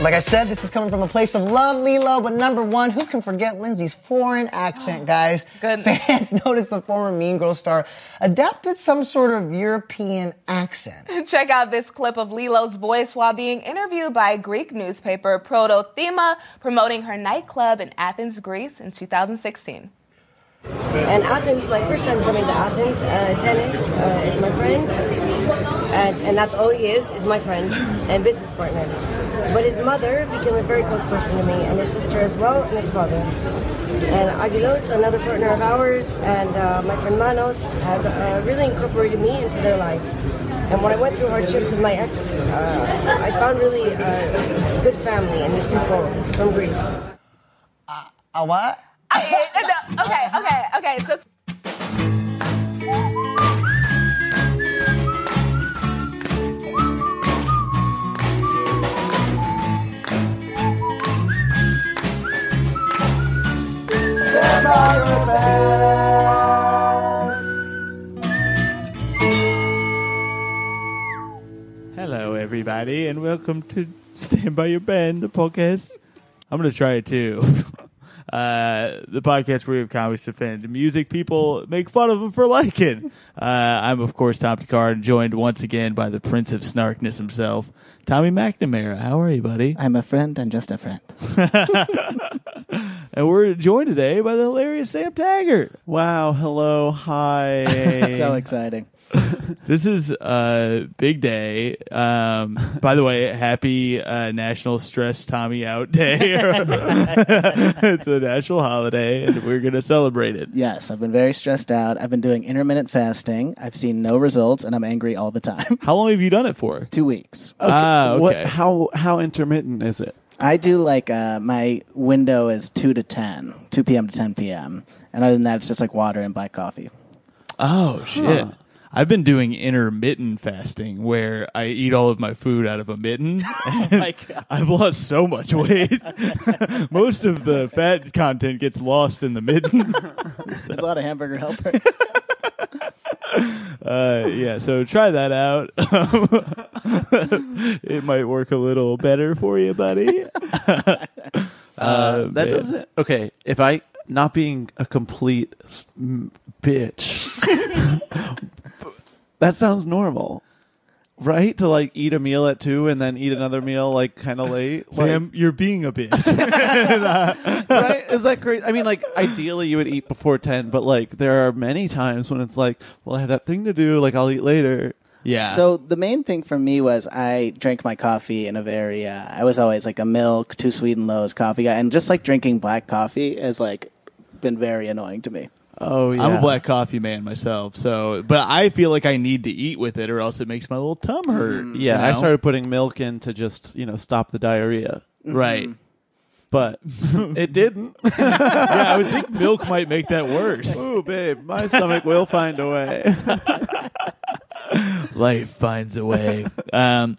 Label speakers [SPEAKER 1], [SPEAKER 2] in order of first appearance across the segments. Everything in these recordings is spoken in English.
[SPEAKER 1] Like I said, this is coming from a place of love, Lilo, but number one, who can forget Lindsay's foreign accent, guys?
[SPEAKER 2] Good.
[SPEAKER 1] Fans noticed the former Mean Girls star adapted some sort of European accent.
[SPEAKER 2] Check out this clip of Lilo's voice while being interviewed by Greek newspaper Protothema promoting her nightclub in Athens, Greece in 2016.
[SPEAKER 3] And Athens, my first time coming to Athens, uh, Dennis uh, is my friend, and, and that's all he is, is my friend and business partner. But his mother became a very close person to me, and his sister as well, and his father. And Aguilos, another partner of ours, and uh, my friend Manos have uh, really incorporated me into their life. And when I went through hardships with my ex, uh, I found really uh, good family and these people from Greece.
[SPEAKER 1] A what?
[SPEAKER 2] Okay, no, okay, okay, okay. So
[SPEAKER 4] Hello, everybody, and welcome to Stand By Your Band, the podcast. I'm going to try it too. Uh, the podcast where we have comics defend music people make fun of them for liking. Uh, I'm, of course, Tom Picard, joined once again by the Prince of Snarkness himself, Tommy McNamara. How are you, buddy?
[SPEAKER 5] I'm a friend and just a friend.
[SPEAKER 4] And we're joined today by the hilarious Sam Taggart.
[SPEAKER 6] Wow, hello, hi.
[SPEAKER 5] so exciting.
[SPEAKER 4] This is a uh, big day. Um, by the way, happy uh, National Stress Tommy Out Day. it's a national holiday, and we're going to celebrate it.
[SPEAKER 5] Yes, I've been very stressed out. I've been doing intermittent fasting. I've seen no results, and I'm angry all the time.
[SPEAKER 4] How long have you done it for?
[SPEAKER 5] Two weeks.
[SPEAKER 4] Ah,
[SPEAKER 6] What,
[SPEAKER 4] okay.
[SPEAKER 6] how how intermittent is it?
[SPEAKER 5] I do like uh, my window is 2 to 10, 2 p.m. to 10 p.m. And other than that, it's just like water and black coffee.
[SPEAKER 4] Oh, shit. I've been doing intermittent fasting where I eat all of my food out of a mitten.
[SPEAKER 5] my God.
[SPEAKER 4] I've lost so much weight. Most of the fat content gets lost in the mitten.
[SPEAKER 5] There's a lot of hamburger helper.
[SPEAKER 4] Uh, yeah, so try that out. it might work a little better for you, buddy.
[SPEAKER 6] Uh, that
[SPEAKER 4] man.
[SPEAKER 6] doesn't. Okay, if I not being a complete s- m- bitch, that sounds normal, right? To like eat a meal at two and then eat another meal like kind of late. Like,
[SPEAKER 4] Sam, you're being a bitch.
[SPEAKER 6] right? Is that crazy? I mean, like ideally you would eat before ten, but like there are many times when it's like, well, I have that thing to do. Like I'll eat later.
[SPEAKER 4] yeah.
[SPEAKER 5] So the main thing for me was I drank my coffee in a very. Uh, I was always like a milk, too sweet and lows coffee guy, and just like drinking black coffee has like been very annoying to me.
[SPEAKER 6] Oh yeah,
[SPEAKER 4] I'm a black coffee man myself, so but I feel like I need to eat with it or else it makes my little tum hurt.
[SPEAKER 5] Mm.
[SPEAKER 6] Yeah,
[SPEAKER 4] you
[SPEAKER 6] I
[SPEAKER 4] know?
[SPEAKER 6] started putting milk in to just you know stop the diarrhea.
[SPEAKER 5] Mm-hmm.
[SPEAKER 4] right.
[SPEAKER 6] but it didn't.
[SPEAKER 4] yeah, I would think milk might make that worse.
[SPEAKER 6] Ooh, babe, my stomach will find a way.
[SPEAKER 4] Life finds a way. Um,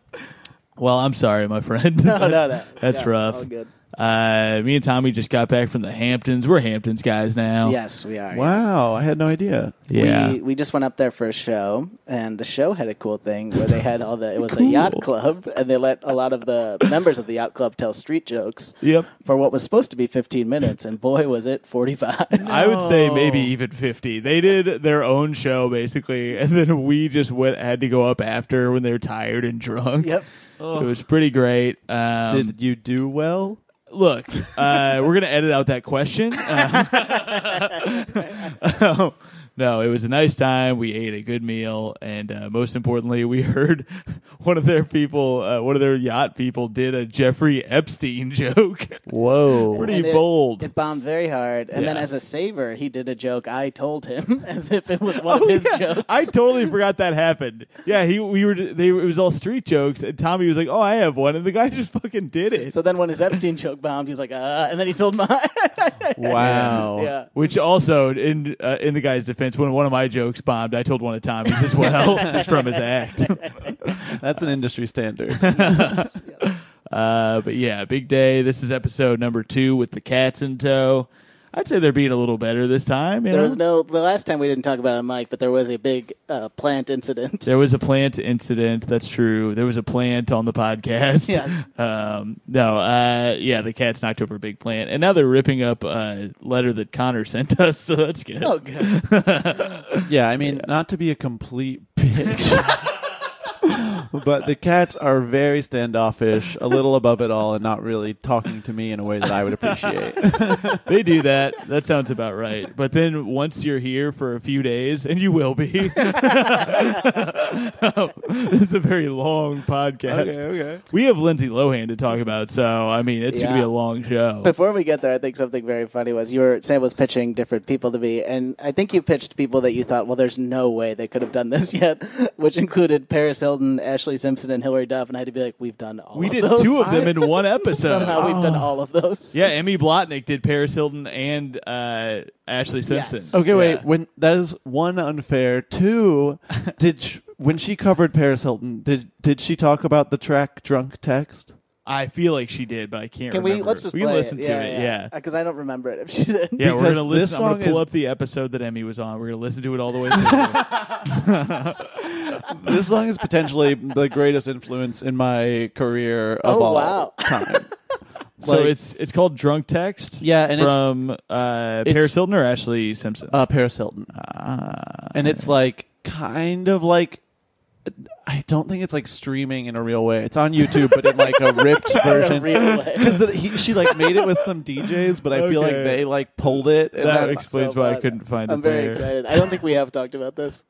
[SPEAKER 4] well, I'm sorry, my friend.
[SPEAKER 5] No, no, no.
[SPEAKER 4] That's
[SPEAKER 5] Yeah,
[SPEAKER 4] rough.
[SPEAKER 5] all good.
[SPEAKER 4] Uh, me and Tommy just got back from the Hamptons. We're Hamptons guys now.
[SPEAKER 5] Yes, we are.
[SPEAKER 6] Wow, I had no idea.
[SPEAKER 4] Yeah.
[SPEAKER 5] We, we just went up there for a show, and the show had a cool thing where they had all the. It was a yacht club, and they let a lot of the members of the yacht club tell street jokes.
[SPEAKER 4] Yep.
[SPEAKER 5] For what was supposed to be 15 minutes, and boy, was it 45.
[SPEAKER 4] I would say maybe even 50. They did their own show basically, and then we just went had to go up after when they were tired and drunk.
[SPEAKER 5] Yep.
[SPEAKER 4] It was pretty great. Um,
[SPEAKER 6] Did you do well?
[SPEAKER 4] look, uh, we're gonna edit out that question. Uh, no, it was a nice time. We ate a good meal, and uh, most importantly, we heard one of their people, uh, one of their yacht people, did a Jeffrey Epstein joke.
[SPEAKER 6] Whoa.
[SPEAKER 4] pretty
[SPEAKER 5] And it-
[SPEAKER 4] bold.
[SPEAKER 5] It, bombed very hard, and then
[SPEAKER 4] Yeah.
[SPEAKER 5] as a saver, he did a joke I told him as if it was one of his
[SPEAKER 4] Oh, yeah.
[SPEAKER 5] jokes.
[SPEAKER 4] I totally forgot that happened. Yeah, he we were they it was all street jokes, and Tommy was like, "Oh, I have one," and the guy just fucking did it.
[SPEAKER 5] so then when his Epstein joke bombed, he's like, uh, and then he told mine.
[SPEAKER 6] Wow.
[SPEAKER 5] yeah.
[SPEAKER 4] Which also, in uh, in the guy's defense, when one of my jokes bombed, I told one of Tommy's as well It's from his act.
[SPEAKER 6] That's an industry standard.
[SPEAKER 4] Uh, but yeah, big day. This is episode number two with the cats in tow. I'd say they're being a little better this time. You
[SPEAKER 5] There
[SPEAKER 4] know?
[SPEAKER 5] was no the last time we didn't talk about it, Mike, but there was a big uh, plant incident.
[SPEAKER 4] There was a plant incident. That's true. There was a plant on the podcast.
[SPEAKER 5] Yes.
[SPEAKER 4] Um, no. Uh, yeah, the cats knocked over a big plant, and now they're ripping up a letter that Connor sent us. So that's good.
[SPEAKER 5] Oh, God.
[SPEAKER 6] Yeah, I mean, not to be a complete bitch. But the cats are very standoffish, a little above it all, and not really talking to me in a way that I would appreciate.
[SPEAKER 4] They do that. That sounds about right. But then once you're here for a few days, and you will be. this is a very long podcast.
[SPEAKER 6] okay.
[SPEAKER 4] We have Lindsay Lohan to talk about, so I mean, it's gonna be
[SPEAKER 5] Yeah.
[SPEAKER 4] a long show.
[SPEAKER 5] Before we get there, I think something very funny was you were Sam was pitching different people to me, and I think you pitched people that you thought, well, there's no way they could have done this yet, which included Paris Hilton, Ashley Simpson, and Hillary Duff, and I had to be like, we've done all.
[SPEAKER 4] we
[SPEAKER 5] of
[SPEAKER 4] did
[SPEAKER 5] those.
[SPEAKER 4] two of them in one episode.
[SPEAKER 5] Somehow we've done all of those.
[SPEAKER 4] Yeah, Emmy Blotnick did Paris Hilton and uh, Ashley Simpson.
[SPEAKER 5] Yes.
[SPEAKER 6] Okay,
[SPEAKER 4] Yeah.
[SPEAKER 6] wait. When that is one unfair. Two, did sh- when she covered Paris Hilton, did did she talk about the track "Drunk Text"?
[SPEAKER 4] I feel like she did, but I can't.
[SPEAKER 5] Can we?
[SPEAKER 4] remember.
[SPEAKER 5] Let's just
[SPEAKER 4] we
[SPEAKER 5] play
[SPEAKER 4] can listen
[SPEAKER 5] it.
[SPEAKER 4] to it. Yeah, yeah.
[SPEAKER 5] Because I don't remember it if she did.
[SPEAKER 4] we're gonna
[SPEAKER 6] Uh, Because
[SPEAKER 4] listen.
[SPEAKER 6] this
[SPEAKER 4] I'm
[SPEAKER 6] song
[SPEAKER 4] gonna pull
[SPEAKER 6] is-
[SPEAKER 4] up the episode that Emmy was on. We're gonna listen to it all the way through.
[SPEAKER 6] This song is potentially the greatest influence in my career of
[SPEAKER 5] Oh,
[SPEAKER 6] all
[SPEAKER 5] wow.
[SPEAKER 6] time.
[SPEAKER 4] so
[SPEAKER 6] Like-
[SPEAKER 4] it's it's called Drunk Text.
[SPEAKER 6] Yeah, and it's-
[SPEAKER 4] from uh,
[SPEAKER 6] it's- Ah.
[SPEAKER 4] Paris Hilton or Ashley Simpson.
[SPEAKER 6] uh, Paris Hilton, and it's like kind of like I don't think it's like streaming in a real way. It's on YouTube, but in like a ripped version.
[SPEAKER 5] real way.
[SPEAKER 6] Because she like made it with some DJs, but I feel like
[SPEAKER 4] Okay.
[SPEAKER 6] they like pulled it. And
[SPEAKER 4] that
[SPEAKER 6] then-
[SPEAKER 4] explains
[SPEAKER 5] So
[SPEAKER 4] why I
[SPEAKER 5] bad.
[SPEAKER 4] couldn't find
[SPEAKER 5] I'm
[SPEAKER 4] it
[SPEAKER 5] very
[SPEAKER 4] there.
[SPEAKER 5] excited. I don't think we have talked about this.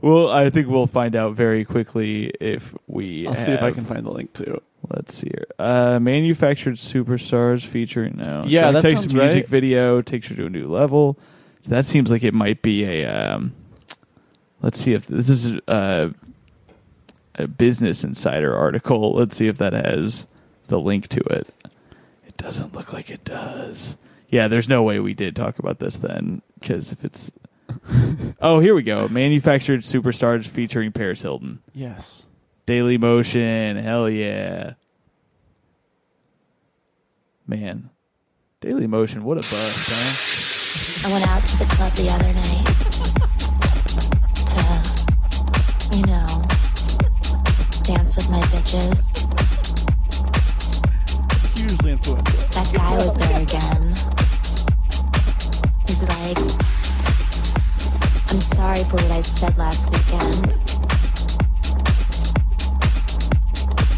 [SPEAKER 4] Well, I think we'll find out very quickly if we.
[SPEAKER 6] I'll see if I
[SPEAKER 4] have-
[SPEAKER 6] can find the link too.
[SPEAKER 4] Let's see here. Uh, manufactured superstars featuring now.
[SPEAKER 6] Yeah, that
[SPEAKER 4] takes
[SPEAKER 6] sounds
[SPEAKER 4] music
[SPEAKER 6] right.
[SPEAKER 4] video, takes her to a new level. So that seems like it might be a. Um, let's see if this is uh a Business Insider article. Let's see if that has the link to it. It doesn't look like it does. Yeah, there's no way we did talk about this then, because if it's. oh, here we go. Manufactured superstars featuring Paris Hilton.
[SPEAKER 6] Yes.
[SPEAKER 4] Daily Motion, hell yeah. Man. Daily Motion, what a bust, huh?
[SPEAKER 7] I went out to the club the other night to, you know, dance with my bitches.
[SPEAKER 6] Hugely influential.
[SPEAKER 7] That guy was there again. He's like, I'm sorry for what I said last weekend.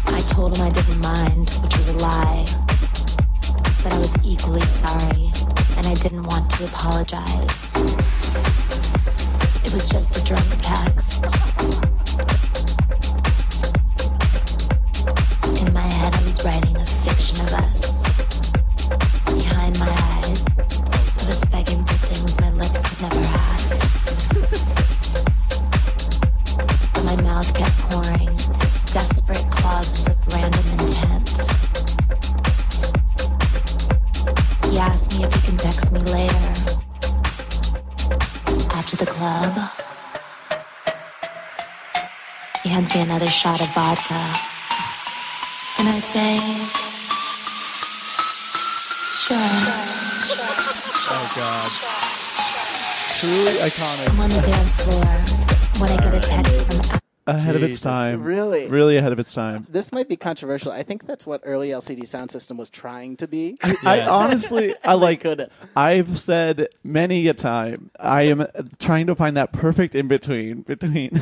[SPEAKER 7] I told him I didn't mind, which was a lie. But I was equally sorry, and I didn't want to apologize. It was just a drunk text. In my head, I was writing a fiction of us. Behind my eyes, I was begging for things my lips could never ask. But my mouth kept pouring desperate clauses of random intent. He asked me if he can text me later. After the club, he hands me another shot of vodka. And I say, sure.
[SPEAKER 6] Truly iconic.
[SPEAKER 7] I'm on the dance floor when I get a text from
[SPEAKER 6] Ahead of its
[SPEAKER 4] Jesus.
[SPEAKER 6] time.
[SPEAKER 5] Really?
[SPEAKER 6] Really ahead of its time.
[SPEAKER 5] This might be controversial. I think that's what early LCD sound system was trying to be.
[SPEAKER 6] I honestly, I like.
[SPEAKER 5] couldn't.
[SPEAKER 6] I've said many a time. I am trying to find that perfect in between between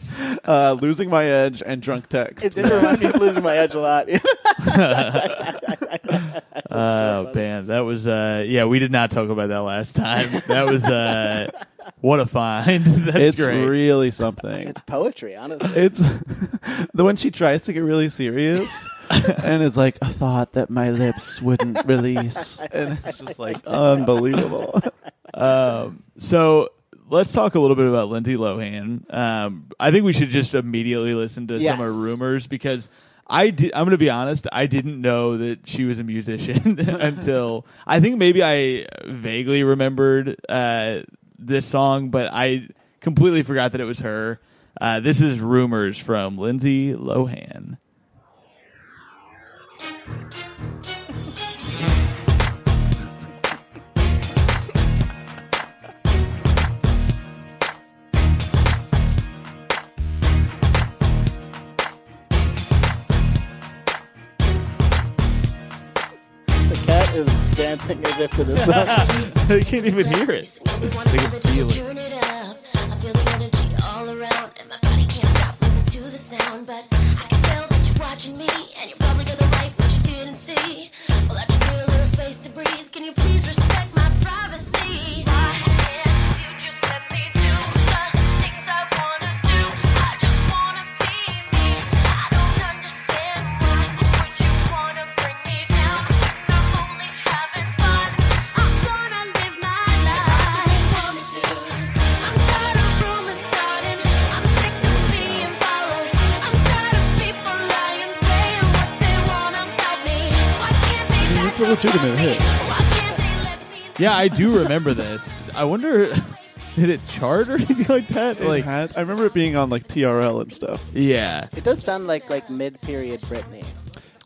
[SPEAKER 6] uh, losing my edge and drunk text.
[SPEAKER 5] It did remind me of losing my edge a lot.
[SPEAKER 4] Oh man, that was uh yeah, we did not talk about that last time. That was uh what a find. That's
[SPEAKER 6] it's
[SPEAKER 4] great.
[SPEAKER 6] really something.
[SPEAKER 5] it's poetry, honestly.
[SPEAKER 6] It's the when she tries to get really serious and is like a thought that my lips wouldn't release, and it's just like unbelievable.
[SPEAKER 4] so let's talk a little bit about Lindsay Lohan. Um I think we should just immediately listen to some of her
[SPEAKER 5] Yes.
[SPEAKER 4] rumors because I did, I'm going to be honest. I didn't know that she was a musician until I think maybe I vaguely remembered uh, this song, but I completely forgot that it was her. Uh, this is rumors from Lindsay Lohan.
[SPEAKER 5] is dancing as if to this song.
[SPEAKER 4] they can't even hear it.
[SPEAKER 8] They can feel it. I feel the energy all around, and my body can't stop moving to the sound. But I can tell that you're watching me, and you're probably gonna write what you didn't see. Well, I just need a little space to breathe. Can you please respect my privacy? Why can't you just let me do the things I wanna do? I just wanna be me. I don't understand why would you wanna bring me down when I'm only having fun. I'm gonna live my life. I'm tired of rumors starting. I'm sick of being followed. I'm tired of people lying, saying what they want about me. Why can't they back
[SPEAKER 6] It's a legitimate hit.
[SPEAKER 8] Why can't they let me
[SPEAKER 4] Yeah, I do remember this. I wonder, did it chart or anything like that?
[SPEAKER 6] Like
[SPEAKER 4] Like,
[SPEAKER 6] had, I remember it being on like TRL and stuff.
[SPEAKER 4] yeah.
[SPEAKER 5] It does sound like like mid period Britney.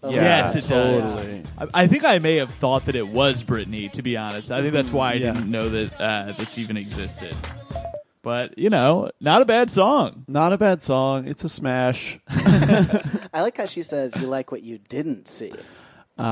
[SPEAKER 5] A little
[SPEAKER 4] Yes,
[SPEAKER 5] bit.
[SPEAKER 4] it does. I, I think I may have thought that it was Britney. To be honest, I think that's why I
[SPEAKER 6] Yeah.
[SPEAKER 4] didn't know that uh, this even existed. But you know, not a bad song.
[SPEAKER 6] Not a bad song. It's a smash.
[SPEAKER 5] I like how she says you like what you didn't see. 'Cause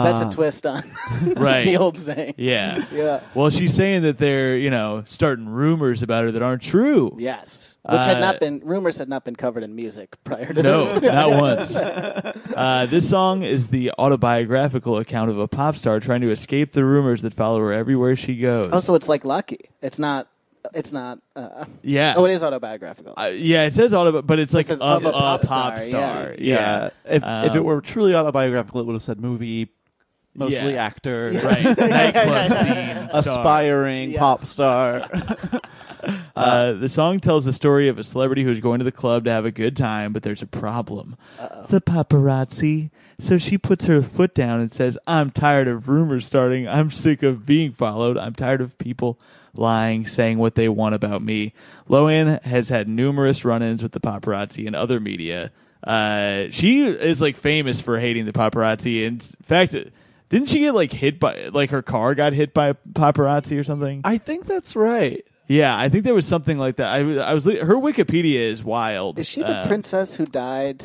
[SPEAKER 6] Ah,
[SPEAKER 5] that's a twist on
[SPEAKER 4] Right.
[SPEAKER 5] the old saying.
[SPEAKER 4] Yeah.
[SPEAKER 5] Yeah.
[SPEAKER 4] Well, she's saying that they're you know starting rumors about her that aren't true.
[SPEAKER 5] Yes. Which had
[SPEAKER 4] Uh,
[SPEAKER 5] not been rumors had not been covered in music prior to
[SPEAKER 4] No,
[SPEAKER 5] this.
[SPEAKER 4] not once. Uh, this song is the autobiographical account of a pop star trying to escape the rumors that follow her everywhere she goes.
[SPEAKER 5] Oh, so it's like Lucky. It's not. It's not. Uh,
[SPEAKER 4] yeah.
[SPEAKER 5] Oh, it is autobiographical.
[SPEAKER 4] Uh, yeah, it says autobi, but it's like
[SPEAKER 5] says
[SPEAKER 4] of
[SPEAKER 5] of a
[SPEAKER 4] a
[SPEAKER 5] pop
[SPEAKER 4] pop
[SPEAKER 5] star,
[SPEAKER 4] star.
[SPEAKER 5] yeah.
[SPEAKER 4] Yeah.
[SPEAKER 6] yeah. If if it
[SPEAKER 4] Um,
[SPEAKER 6] were truly autobiographical, it would have said movie, mostly
[SPEAKER 4] Yeah.
[SPEAKER 6] actor,
[SPEAKER 4] right. Nightclub scene. star.
[SPEAKER 6] aspiring pop star.
[SPEAKER 4] Uh, the song tells the story of a celebrity who's going to the club to have a good time, but there's a problem. The paparazzi. So she puts her foot down and says, I'm tired of rumors starting. I'm sick of being followed. I'm tired of people lying, saying what they want about me. Loan has had numerous run ins with the paparazzi and other media. Uh, she is like famous for hating the paparazzi. In fact, didn't she get like hit by, like her car got hit by paparazzi or something?
[SPEAKER 6] I think that's right.
[SPEAKER 4] Yeah, I think there was something like that. I, was- I was li- her Wikipedia is wild.
[SPEAKER 5] is she the
[SPEAKER 4] Uh,
[SPEAKER 5] princess who died?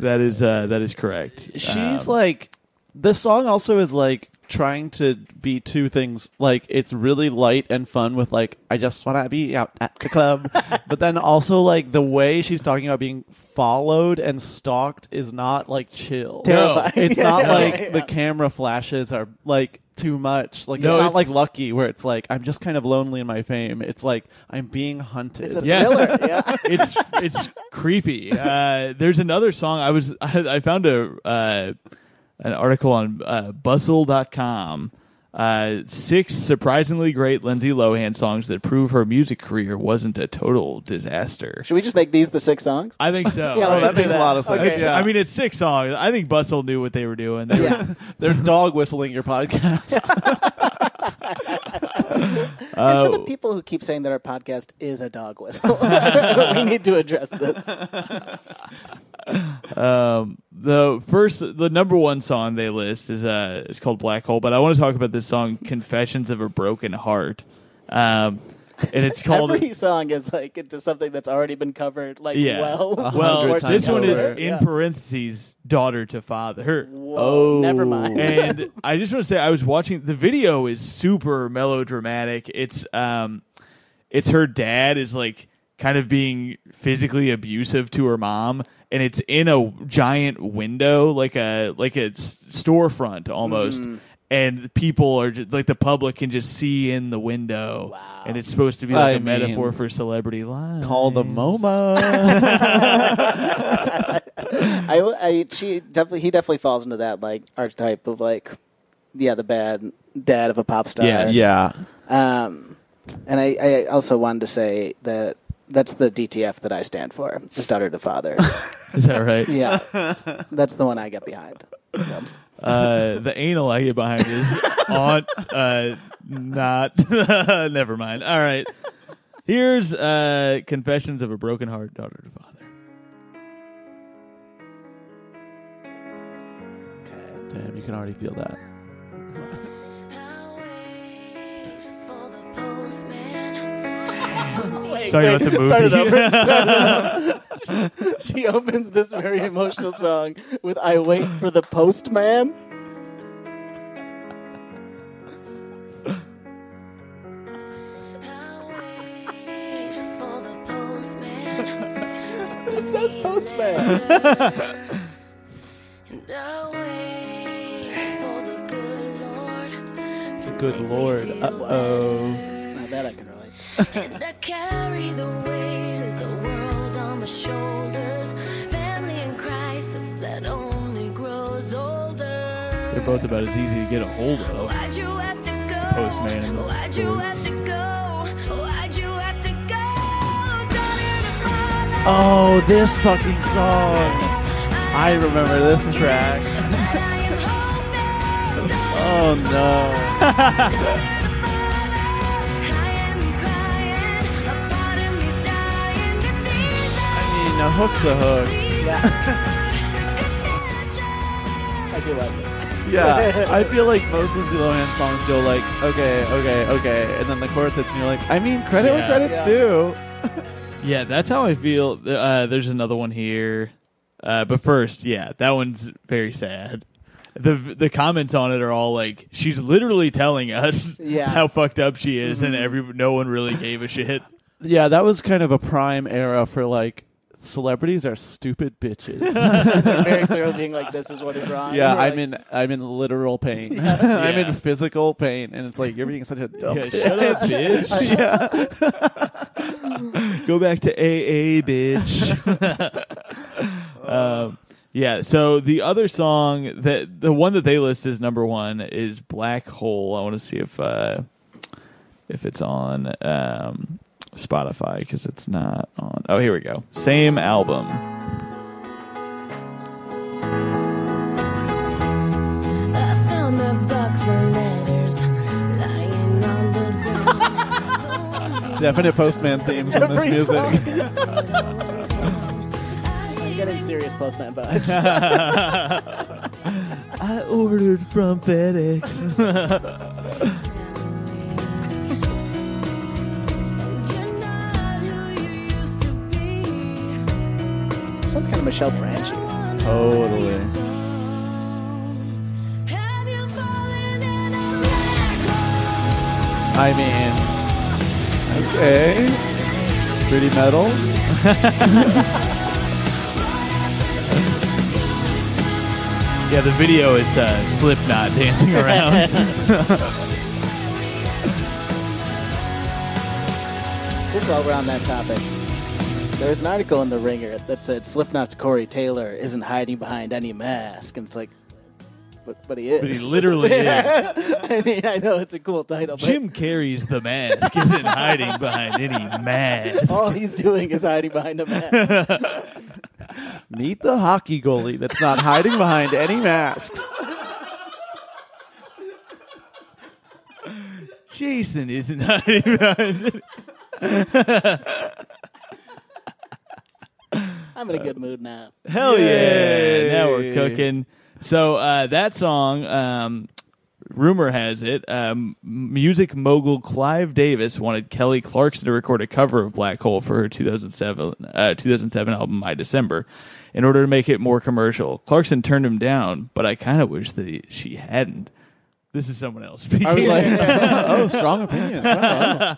[SPEAKER 4] That is uh, that is correct.
[SPEAKER 6] She's like the song also is like trying to be two things. Like it's really light and fun with like I just want to be out at the club, but then also like the way she's talking about being followed and stalked is not like chill.
[SPEAKER 5] Terrifying.
[SPEAKER 6] It's
[SPEAKER 5] Yeah,
[SPEAKER 6] not
[SPEAKER 5] yeah,
[SPEAKER 6] like
[SPEAKER 5] yeah.
[SPEAKER 6] the camera flashes are like too much. Like
[SPEAKER 4] No,
[SPEAKER 6] it's not
[SPEAKER 4] it's-
[SPEAKER 6] like Lucky where it's like I'm just kind of lonely in my fame. It's like I'm being hunted.
[SPEAKER 5] It's a
[SPEAKER 4] Yes.
[SPEAKER 5] thriller. Yeah.
[SPEAKER 4] it's it's creepy. Uh, there's another song. I was I, I found a uh, an article on uh, Bustle.com. Uh, six surprisingly great Lindsay Lohan songs that prove her music career wasn't a total disaster.
[SPEAKER 5] Should we just make these the six songs?
[SPEAKER 4] I think so.
[SPEAKER 5] Yeah, let's
[SPEAKER 6] that
[SPEAKER 5] just do
[SPEAKER 6] makes a lot of sense.
[SPEAKER 5] Okay.
[SPEAKER 6] Yeah.
[SPEAKER 4] I mean, it's six songs. I think Bustle knew what they were doing. They were-
[SPEAKER 5] Yeah.
[SPEAKER 6] They're dog whistling your podcast.
[SPEAKER 5] and
[SPEAKER 4] Oh.
[SPEAKER 5] for the people who keep saying that our podcast is a dog whistle, we need to address this.
[SPEAKER 4] the first the number one song they list is uh it's called black hole but i want to talk about this song confessions of a broken heart um and it's called
[SPEAKER 5] Every song is like into something that's already been covered. Like
[SPEAKER 4] yeah
[SPEAKER 5] well,
[SPEAKER 4] well
[SPEAKER 5] or
[SPEAKER 4] this one is
[SPEAKER 5] over.
[SPEAKER 4] in
[SPEAKER 5] Yeah.
[SPEAKER 4] parentheses daughter to father her
[SPEAKER 5] Whoa, never mind.
[SPEAKER 4] and i just want to say i was watching the video is super melodramatic it's um it's her dad is like kind of being physically abusive to her mom and it's in a giant window like a like a s- storefront almost
[SPEAKER 6] Mm-hmm.
[SPEAKER 4] and people are just, like the public can just see in the window and it's supposed to be
[SPEAKER 6] I
[SPEAKER 4] like a
[SPEAKER 6] mean,
[SPEAKER 4] metaphor for celebrity life
[SPEAKER 6] Call the MoMA.
[SPEAKER 5] I, I, she definitely, he definitely falls into that like archetype of like, yeah, the bad dad of a pop star.
[SPEAKER 4] Yes.
[SPEAKER 6] Yeah.
[SPEAKER 5] Um, and I, I also wanted to say that that's the DTF that I stand for, is daughter to father.
[SPEAKER 4] is that right
[SPEAKER 5] yeah, that's the one I get behind.
[SPEAKER 4] uh, the anal I get behind is aunt. Uh, not. never mind. All right. Here's uh, Confessions of a Broken Heart, Daughter to Father.
[SPEAKER 6] Damn, you can already feel that.
[SPEAKER 8] Postman.
[SPEAKER 4] Sorry about the movie.
[SPEAKER 5] she opens this very emotional song with I Wait for the Postman. It says Postman.
[SPEAKER 6] It's a good lord. Uh oh.
[SPEAKER 5] Now that I can relate.
[SPEAKER 8] And I carry the weight of the world on my shoulders. Family in crisis that only grows older.
[SPEAKER 4] They're both about as easy to get a hold of.
[SPEAKER 8] Why'd you have to go?
[SPEAKER 4] Postman and the
[SPEAKER 8] Why'd you
[SPEAKER 4] Lord.
[SPEAKER 8] have to go? Why'd you have to go? Daughter to father.
[SPEAKER 6] Oh, this fucking song. I remember this track.
[SPEAKER 8] But I am hoping.
[SPEAKER 6] Oh no.
[SPEAKER 8] I am crying. A part of me's dying. But these
[SPEAKER 6] I mean, a hook's a hook.
[SPEAKER 5] I do like it.
[SPEAKER 6] Yeah. I feel like most Lindsay Lohan songs go like, okay, okay, okay, and then the chorus hits, and you're like, I mean, credit
[SPEAKER 4] Yeah.
[SPEAKER 6] where credit's
[SPEAKER 5] Yeah.
[SPEAKER 6] due.
[SPEAKER 4] Yeah, that's how I feel. Th- Uh, there's another one here, uh, but first, yeah, that one's very sad. the The comments on it are all like, "She's literally telling us
[SPEAKER 5] Yeah.
[SPEAKER 4] how fucked up she is," and every no one really gave a shit.
[SPEAKER 6] Yeah, that was kind of a prime era for like celebrities are stupid bitches.
[SPEAKER 5] Very clearly being like, this is what is wrong.
[SPEAKER 6] yeah,
[SPEAKER 5] You're like,
[SPEAKER 6] I'm in I'm in literal pain. I'm
[SPEAKER 4] Yeah.
[SPEAKER 6] in physical pain, and it's like you're being such a dumb.
[SPEAKER 4] Yeah,
[SPEAKER 6] bitch.
[SPEAKER 4] shut up, bitch. Go back to AA, bitch. um, yeah. So the other song that the one that they list is number one is "Black Hole." I want to see if uh, if it's on um, Spotify because it's not on. Oh, here we go. Same album.
[SPEAKER 8] I found that box of letters lying on the ground. The ones you
[SPEAKER 6] Definite postman themes in this
[SPEAKER 5] Every
[SPEAKER 6] music.
[SPEAKER 5] I'm getting serious Postman vibes.
[SPEAKER 4] I ordered from FedEx.
[SPEAKER 8] You're not who you used to be.
[SPEAKER 5] this one's kind of Michelle Branch.
[SPEAKER 6] Totally.
[SPEAKER 8] Have you fallen in a black hole?
[SPEAKER 6] I mean, okay, pretty metal.
[SPEAKER 4] yeah, the video is uh, Slipknot dancing around.
[SPEAKER 5] Just while we're on that topic, there was an article in The Ringer that said Slipknot's Corey Taylor isn't hiding behind any mask. And it's like, but, but he is.
[SPEAKER 4] but he literally is.
[SPEAKER 5] I mean, I know it's a cool title, but
[SPEAKER 4] Jim carries the mask, isn't hiding behind any mask.
[SPEAKER 5] all he's doing is hiding behind a mask.
[SPEAKER 6] Meet the hockey goalie that's not hiding behind any masks.
[SPEAKER 4] Jason isn't hiding behind any
[SPEAKER 5] I'm in a good mood now.
[SPEAKER 4] Hell yeah.
[SPEAKER 6] Yay.
[SPEAKER 4] Now we're cooking. So uh, that song, um, rumor has it, um, music mogul Clive Davis wanted Kelly Clarkson to record a cover of Black Hole for her 2007, uh, 2007 album My December in order to make it more commercial. Clarkson turned him down, but I kind of wish that he, she hadn't. This is someone else speaking.
[SPEAKER 6] I was like, oh, strong opinion. Wow.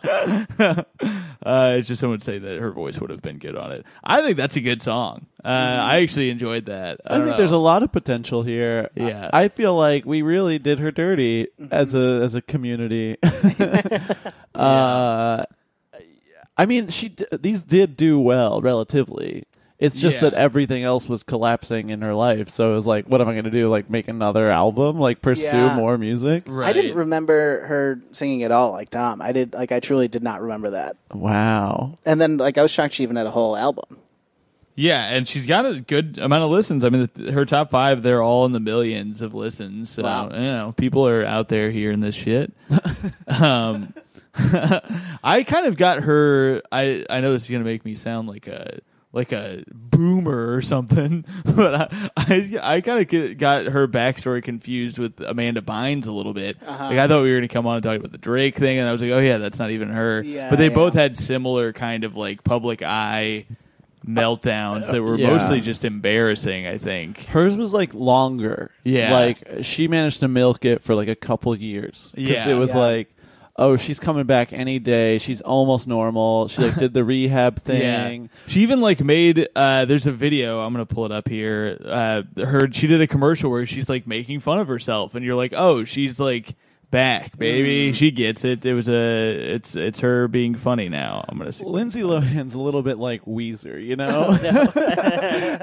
[SPEAKER 4] Uh, it's just someone saying that her voice would have been good on it. I think that's a good song. Uh, I actually enjoyed that.
[SPEAKER 6] Mm-hmm. I
[SPEAKER 4] don't
[SPEAKER 6] think there's
[SPEAKER 4] know.
[SPEAKER 6] a lot of potential here.
[SPEAKER 4] Yeah. Mm-hmm.
[SPEAKER 6] I I feel like we really did her dirty as a as a community. uh, I mean, she d- these did do well relatively. It's just
[SPEAKER 4] Yeah.
[SPEAKER 6] that everything else was collapsing in her life, so it was like, what am I going to do? Like, make another album? Like, pursue
[SPEAKER 5] Yeah.
[SPEAKER 6] more music?
[SPEAKER 4] right.
[SPEAKER 5] I didn't remember her singing at all, like Tom. I did, like, I truly did not remember that.
[SPEAKER 6] Wow.
[SPEAKER 5] And then, like, I was shocked she even had a whole album.
[SPEAKER 4] yeah, and she's got a good amount of listens. I mean, th- her top five, they're all in the millions of listens. So
[SPEAKER 5] Wow.
[SPEAKER 4] you know, people are out there hearing this shit. um, I kind of got her. I I know this is gonna make me sound like a like a boomer or something, but I I, I kind of got her backstory confused with Amanda Bynes a little bit. Like I thought we were gonna come on and talk about the Drake thing, and I was like, oh yeah, that's not even her.
[SPEAKER 5] Yeah,
[SPEAKER 4] but they
[SPEAKER 5] yeah.
[SPEAKER 4] both had similar kind of like public eye meltdowns that were
[SPEAKER 6] Yeah.
[SPEAKER 4] mostly just embarrassing. I think.
[SPEAKER 6] Hers was like longer.
[SPEAKER 4] Yeah.
[SPEAKER 6] Like she managed to milk it for like a couple years. 'Cause
[SPEAKER 4] Yeah.
[SPEAKER 6] It was
[SPEAKER 4] Yeah.
[SPEAKER 6] like, oh, she's coming back any day. She's almost normal. She like did the rehab thing.
[SPEAKER 4] She even like made uh there's a video, I'm gonna pull it up here. Uh her she did a commercial where she's like making fun of herself and you're like, Oh, she's like back, baby. She gets it. It was a it's it's her being funny now. I'm gonna see.
[SPEAKER 6] Lindsay Lohan's a little bit like Weezer, you know.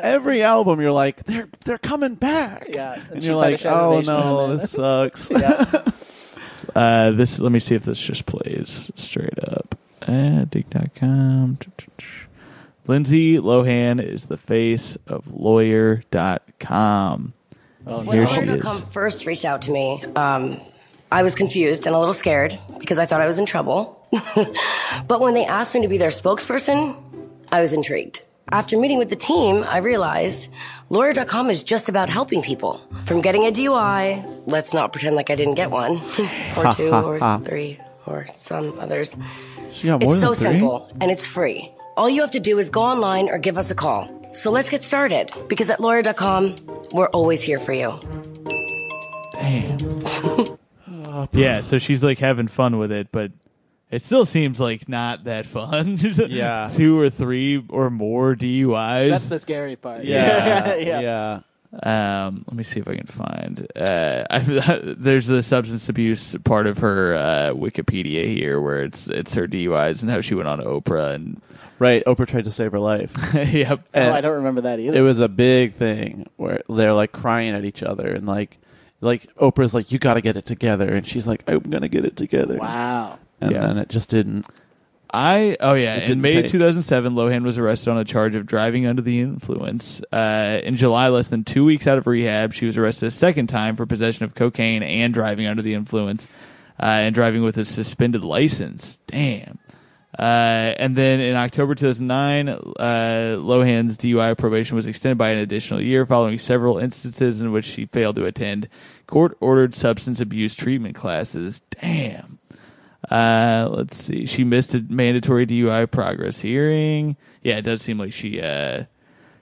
[SPEAKER 6] Every album, you're like, they're they're coming back.
[SPEAKER 5] Yeah, and
[SPEAKER 6] and,
[SPEAKER 5] she
[SPEAKER 6] you're like, oh
[SPEAKER 5] fetishization on
[SPEAKER 6] no,
[SPEAKER 5] it."
[SPEAKER 6] this sucks.
[SPEAKER 4] Uh this let me see if this just plays straight up. Uh dig.com. Lindsay Lohan is the face of lawyer.com. Oh,
[SPEAKER 3] When order come first reached out to me, um, I was confused and a little scared because I thought I was in trouble. but when they asked me to be their spokesperson, I was intrigued. After meeting with the team, I realized lawyer.com is just about helping people. From getting a DUI, let's not pretend like I didn't get one, or two, or three, or some others.
[SPEAKER 6] She got more
[SPEAKER 3] It's
[SPEAKER 6] than
[SPEAKER 3] so
[SPEAKER 6] three?
[SPEAKER 3] simple and it's free. All you have to do is go online or give us a call. So let's get started because at lawyer.com, we're always here for you.
[SPEAKER 4] Yeah, so she's like having fun with it, but it still seems like not that fun.
[SPEAKER 6] Yeah.
[SPEAKER 4] Two or three or more
[SPEAKER 5] That's
[SPEAKER 4] DUIs.
[SPEAKER 5] the scary part.
[SPEAKER 6] Yeah,
[SPEAKER 5] yeah.
[SPEAKER 6] yeah.
[SPEAKER 4] um, let me see if I can find. Uh, I, there's the substance abuse part of her uh, Wikipedia here where it's it's her DUIs and how she went on Oprah and
[SPEAKER 6] Right. Oprah tried to save her life.
[SPEAKER 4] yep.
[SPEAKER 5] Oh, I don't remember that either.
[SPEAKER 6] it was a big thing where they're like crying at each other and like like Oprah's like you got to get it together and she's like I'm going to get it together.
[SPEAKER 5] wow.
[SPEAKER 6] And
[SPEAKER 4] Yeah.
[SPEAKER 6] then it just didn't.
[SPEAKER 4] I oh yeah. In
[SPEAKER 6] didn't
[SPEAKER 4] May
[SPEAKER 6] take.
[SPEAKER 4] 2007, Lohan was arrested on a charge of driving under the influence. Uh, in July, less than two weeks out of rehab, she was arrested a second time for possession of cocaine and driving under the influence, uh, and driving with a suspended license. Damn. Uh, and then in October 2009, uh, Lohan's DUI probation was extended by an additional year following several instances in which she failed to attend court ordered substance abuse treatment classes. Damn. Uh, let's see. She missed a mandatory DUI progress hearing. Yeah, it does seem like she uh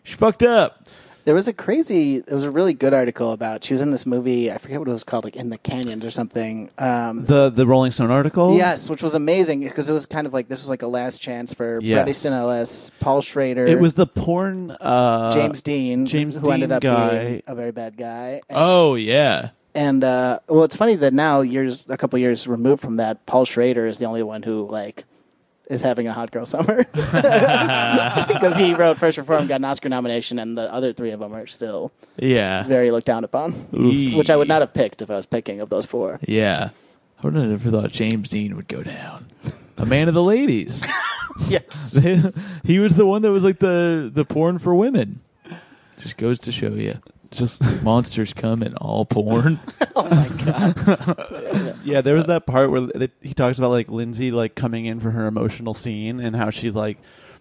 [SPEAKER 4] she fucked up.
[SPEAKER 5] There was a crazy. There was a really good article about. She was in this movie. I forget what it was called, like in the canyons or something. Um,
[SPEAKER 6] The the Rolling Stone article?
[SPEAKER 5] yes, which was amazing because it was kind of like this was like a last chance for
[SPEAKER 6] Yes.
[SPEAKER 5] Bret Easton Ellis, Paul Schrader.
[SPEAKER 6] It was the porn uh
[SPEAKER 5] James Dean,
[SPEAKER 6] James
[SPEAKER 5] who
[SPEAKER 6] Dean
[SPEAKER 5] ended up
[SPEAKER 6] guy.
[SPEAKER 5] being a very bad guy.
[SPEAKER 4] Oh yeah.
[SPEAKER 5] And uh, well, it's funny that now years, a couple years removed from that, Paul Schrader is the only one who like is having a hot girl summer because he wrote First Reform, got an Oscar nomination, and the other three of them are still
[SPEAKER 4] Yeah.
[SPEAKER 5] very looked down upon,
[SPEAKER 4] Oof.
[SPEAKER 5] which I would not have picked if I was picking of those four.
[SPEAKER 4] Yeah. I would have never thought James Dean would go down. A man of the ladies.
[SPEAKER 5] Yes,
[SPEAKER 4] he was the one that was like the the porn for women. Just goes to show you.
[SPEAKER 6] just
[SPEAKER 4] Monsters come in all porn.
[SPEAKER 6] Yeah, there was that part where th- he talks about like Lindsay like coming in for her emotional scene and how she like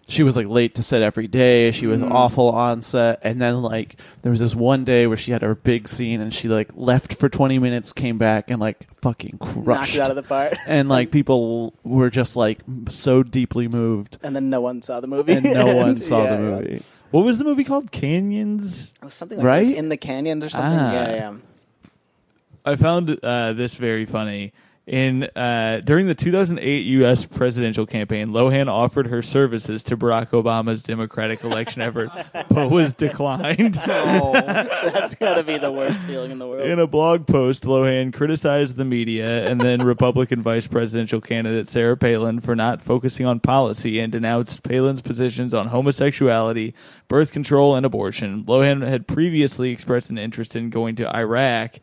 [SPEAKER 6] she was like late to set every day. She
[SPEAKER 5] Mm-hmm.
[SPEAKER 6] was awful on set, and then like there was this one day where she had her big scene and she like left for twenty minutes, came back and like fucking
[SPEAKER 5] knocked
[SPEAKER 6] crushed
[SPEAKER 5] it out of the park,
[SPEAKER 6] And like people were just like m- so deeply moved,
[SPEAKER 5] and then no one saw the movie,
[SPEAKER 6] and no one saw
[SPEAKER 5] yeah,
[SPEAKER 6] the movie.
[SPEAKER 4] what was the movie called? Canyons?
[SPEAKER 5] yeah. Something like,
[SPEAKER 6] Right?
[SPEAKER 5] like, in the canyons or something.
[SPEAKER 4] Ah.
[SPEAKER 5] Yeah, yeah.
[SPEAKER 4] I found uh, this very funny. In uh, during the 2008 U.S. presidential campaign, Lohan offered her services to Barack Obama's Democratic election effort, but was declined.
[SPEAKER 5] That's gotta be the worst feeling in the world.
[SPEAKER 4] In a blog post, Lohan criticized the media and then Republican vice presidential candidate Sarah Palin for not focusing on policy and denounced Palin's positions on homosexuality, birth control, and abortion. Lohan had previously expressed an interest in going to Iraq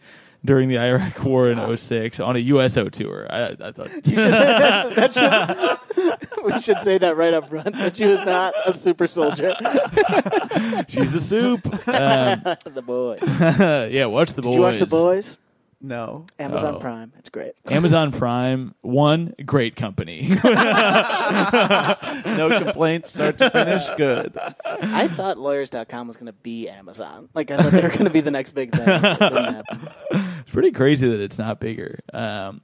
[SPEAKER 4] during the Iraq War in 06 on a USO tour. I, I thought,
[SPEAKER 5] we should say that right up front that she was not a super soldier.
[SPEAKER 4] she's a soup. Um,
[SPEAKER 5] the boys.
[SPEAKER 4] yeah, watch the boys.
[SPEAKER 5] Did you watch The Boys?
[SPEAKER 6] No,
[SPEAKER 5] Amazon
[SPEAKER 4] Oh.
[SPEAKER 5] Prime. It's great.
[SPEAKER 4] Amazon Prime, one great company.
[SPEAKER 6] no complaints, start to finish, good.
[SPEAKER 5] I thought lawyers.com was going to be Amazon. Like, I thought they were going to be the next big thing. It didn't happen.
[SPEAKER 4] It's pretty crazy that it's not bigger. Um,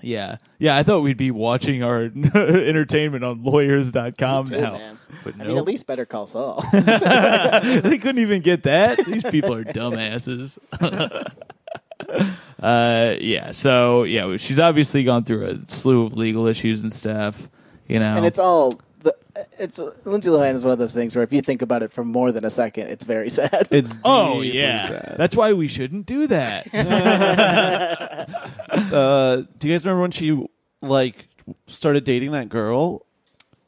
[SPEAKER 4] Yeah. Yeah, I thought we'd be watching our entertainment on lawyers.com
[SPEAKER 5] Too,
[SPEAKER 4] now.
[SPEAKER 5] man.
[SPEAKER 4] But no.
[SPEAKER 5] I mean, at least Better Call Saul.
[SPEAKER 4] they couldn't even get that. These people are dumbasses. uh, yeah. So yeah, she's obviously gone through a slew of legal issues and stuff. You know,
[SPEAKER 5] and it's all the it's Lindsay Lohan is one of those things where if you think about it for more than a second, it's very sad.
[SPEAKER 6] It's
[SPEAKER 4] oh
[SPEAKER 6] deeply
[SPEAKER 4] yeah,
[SPEAKER 6] sad.
[SPEAKER 4] that's why we shouldn't do that.
[SPEAKER 6] Uh, do you guys remember when she like started dating that girl?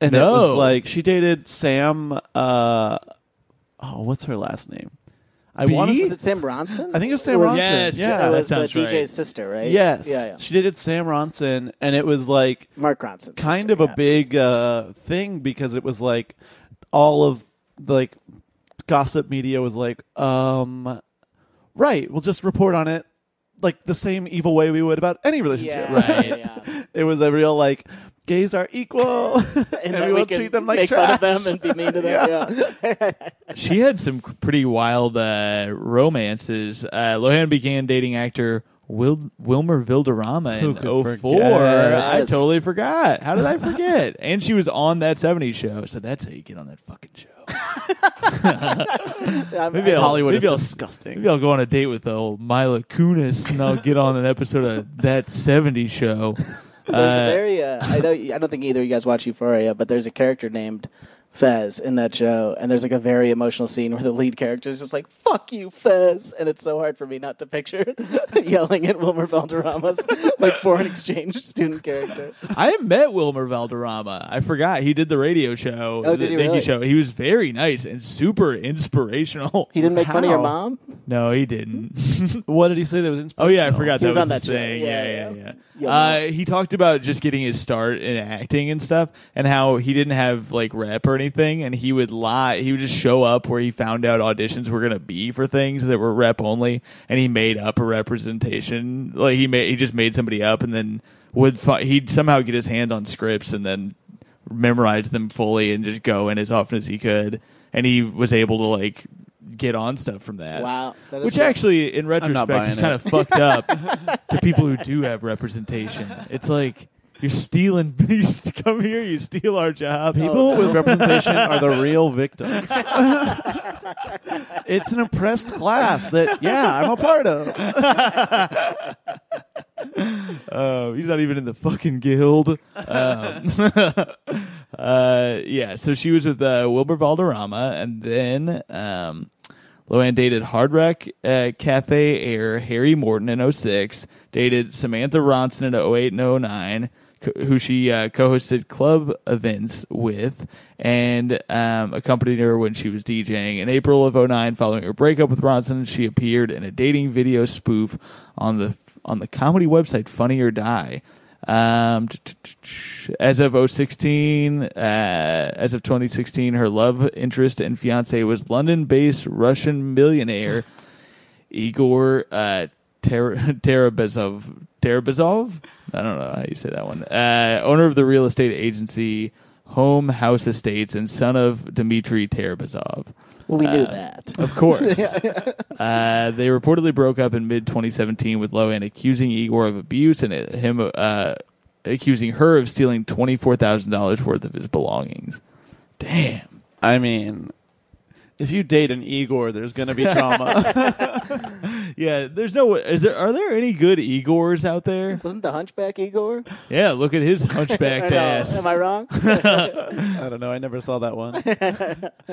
[SPEAKER 6] And it
[SPEAKER 4] No.
[SPEAKER 6] was like she dated Sam. Uh, oh, what's her last name? I
[SPEAKER 4] B?
[SPEAKER 6] want to.
[SPEAKER 5] Is it Sam Ronson?
[SPEAKER 6] I think it was Sam
[SPEAKER 5] It
[SPEAKER 6] Ronson.
[SPEAKER 5] was-
[SPEAKER 4] Yes,
[SPEAKER 6] yeah.
[SPEAKER 4] that
[SPEAKER 5] it was
[SPEAKER 4] sounds
[SPEAKER 5] the
[SPEAKER 4] right.
[SPEAKER 5] DJ's sister, right?
[SPEAKER 6] Yes.
[SPEAKER 5] Yeah, yeah.
[SPEAKER 6] She dated Sam Ronson, and it was like
[SPEAKER 5] Mark Ronson.
[SPEAKER 6] kind of a big uh, thing because it was like all of like gossip media was like, um, right, we'll just report on it like the same evil way we would about any relationship.
[SPEAKER 5] Yeah,
[SPEAKER 4] Right.
[SPEAKER 5] yeah.
[SPEAKER 6] It was a real like gays are equal, and
[SPEAKER 5] And then
[SPEAKER 6] we will
[SPEAKER 5] can
[SPEAKER 6] treat them like
[SPEAKER 5] make
[SPEAKER 6] trash.
[SPEAKER 5] fun of them and be mean to them. yeah.
[SPEAKER 4] she had some c- pretty wild uh, romances. Uh, Lohan began dating actor Wil- Wilmer Vilderama
[SPEAKER 6] Who
[SPEAKER 4] in
[SPEAKER 6] could
[SPEAKER 4] 04.
[SPEAKER 6] forget?
[SPEAKER 4] I
[SPEAKER 5] Yes.
[SPEAKER 4] totally forgot. How did I forget? and she was on that 70s show, so that's how you get on that fucking show.
[SPEAKER 5] I'm-
[SPEAKER 4] Maybe
[SPEAKER 5] I'm-
[SPEAKER 4] I'll,
[SPEAKER 6] Hollywood
[SPEAKER 4] maybe
[SPEAKER 6] is
[SPEAKER 4] I'll,
[SPEAKER 6] disgusting.
[SPEAKER 4] Maybe I'll go on a date with old Mila Kunis and I'll get on an episode of that 70s show.
[SPEAKER 5] There's a
[SPEAKER 4] Uh,
[SPEAKER 5] very, uh, I know. I don't think either of you guys watch Euphoria, but there's a character named Fez in that show, and there's like a very emotional scene where the lead character is just like "fuck you, Fez," and it's so hard for me not to picture yelling at Wilmer Valderrama's like foreign exchange student character.
[SPEAKER 4] I met Wilmer Valderrama. I forgot he did the radio show,
[SPEAKER 5] Oh,
[SPEAKER 4] the
[SPEAKER 5] did he
[SPEAKER 4] Nikki
[SPEAKER 5] really?
[SPEAKER 4] show. He was very nice and super inspirational.
[SPEAKER 5] He didn't make fun of your
[SPEAKER 6] How?
[SPEAKER 5] mom.
[SPEAKER 4] no, he didn't.
[SPEAKER 6] What did he say that was
[SPEAKER 4] Oh
[SPEAKER 6] inspirational?
[SPEAKER 4] yeah, I forgot
[SPEAKER 5] He
[SPEAKER 4] that
[SPEAKER 5] was
[SPEAKER 4] was,
[SPEAKER 5] on
[SPEAKER 4] his
[SPEAKER 5] that show.
[SPEAKER 4] thing.
[SPEAKER 5] Yeah,
[SPEAKER 4] Yeah, yeah,
[SPEAKER 5] yeah.
[SPEAKER 4] yeah.
[SPEAKER 5] Yeah.
[SPEAKER 4] Uh, he talked about just getting his start in acting and stuff, and how he didn't have like rep or anything, and he would lie. He would just show up where he found out auditions were gonna be for things that were rep only, and he made up a representation. Like he made, he just made somebody up, and then would fi- he'd somehow get his hand on scripts, and then memorize them fully, and just go in as often as he could, and he was able to like get on stuff from that.
[SPEAKER 5] Wow, that is
[SPEAKER 4] which
[SPEAKER 5] cool.
[SPEAKER 4] actually in
[SPEAKER 6] not
[SPEAKER 4] retrospect is
[SPEAKER 6] buying
[SPEAKER 4] kind of
[SPEAKER 6] it.
[SPEAKER 4] fucked up to people who do have representation. It's like you're stealing. You st- come here, you steal our job.
[SPEAKER 6] People
[SPEAKER 5] Oh,
[SPEAKER 6] with representation are the real victims. it's an oppressed class that, yeah, I'm a part of.
[SPEAKER 4] Oh, he's not even in the fucking guild. Um, uh, yeah, so she was with uh, Wilbur Valderrama, and then um, Loanne dated Hard Rock uh, Cafe Air Harry Morton in 06, dated Samantha Ronson in 08 and 09, co- who she uh, co hosted club events with and um, accompanied her when she was DJing. In April of 09, following her breakup with Ronson, she appeared in a dating video spoof on the on the comedy website Funny or Die. Um, t- t- t- t- as of 016, uh, as of 2016, her love interest and fiance was London-based Russian millionaire Igor uh, Ter- Terabezov. Terabezov? I don't know how you say that one. Uh, owner of the real estate agency Home House Estates and son of Dmitry Terabezov.
[SPEAKER 5] Well, we knew that.
[SPEAKER 4] Of course. uh, they reportedly broke up in mid 2017 with Lohan accusing Igor of abuse and uh, him uh, accusing her of stealing $24,000 worth of his belongings. Damn.
[SPEAKER 6] I mean, if you date an Igor, there's going to be trauma.
[SPEAKER 4] Yeah, there's no is there are there any good Igors out there?
[SPEAKER 5] Wasn't the Hunchback Igor?
[SPEAKER 4] Yeah, look at his
[SPEAKER 5] I
[SPEAKER 4] hunchbacked
[SPEAKER 5] know.
[SPEAKER 4] ass.
[SPEAKER 5] Am I wrong?
[SPEAKER 6] I don't know. I never saw that one.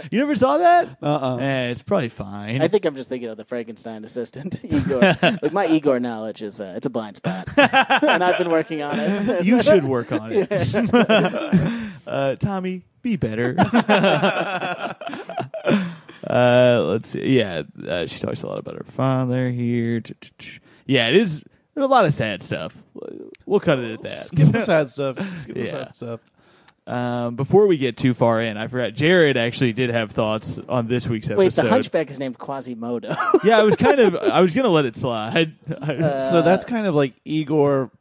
[SPEAKER 4] You never saw that?
[SPEAKER 6] Uh-uh.
[SPEAKER 4] Eh, it's probably fine.
[SPEAKER 5] I think I'm just thinking of the Frankenstein assistant Igor. like my Igor knowledge is uh, it's a blind spot, and I've been working on it.
[SPEAKER 4] you should work on it. uh, Tommy, be better. uh, let's see. Yeah, uh, she talks a lot about her father here. Ch-ch-ch. Yeah, it is a lot of sad stuff. We'll cut it at that.
[SPEAKER 6] Skip the sad stuff. Skip the
[SPEAKER 4] Yeah.
[SPEAKER 6] sad stuff.
[SPEAKER 4] Um, before we get too far in, I forgot. Jared actually did have thoughts on this week's
[SPEAKER 5] Wait,
[SPEAKER 4] episode.
[SPEAKER 5] the Hunchback is named Quasimodo.
[SPEAKER 4] yeah, I was kind of. I was gonna let it slide.
[SPEAKER 5] Uh.
[SPEAKER 6] so that's kind of like Igor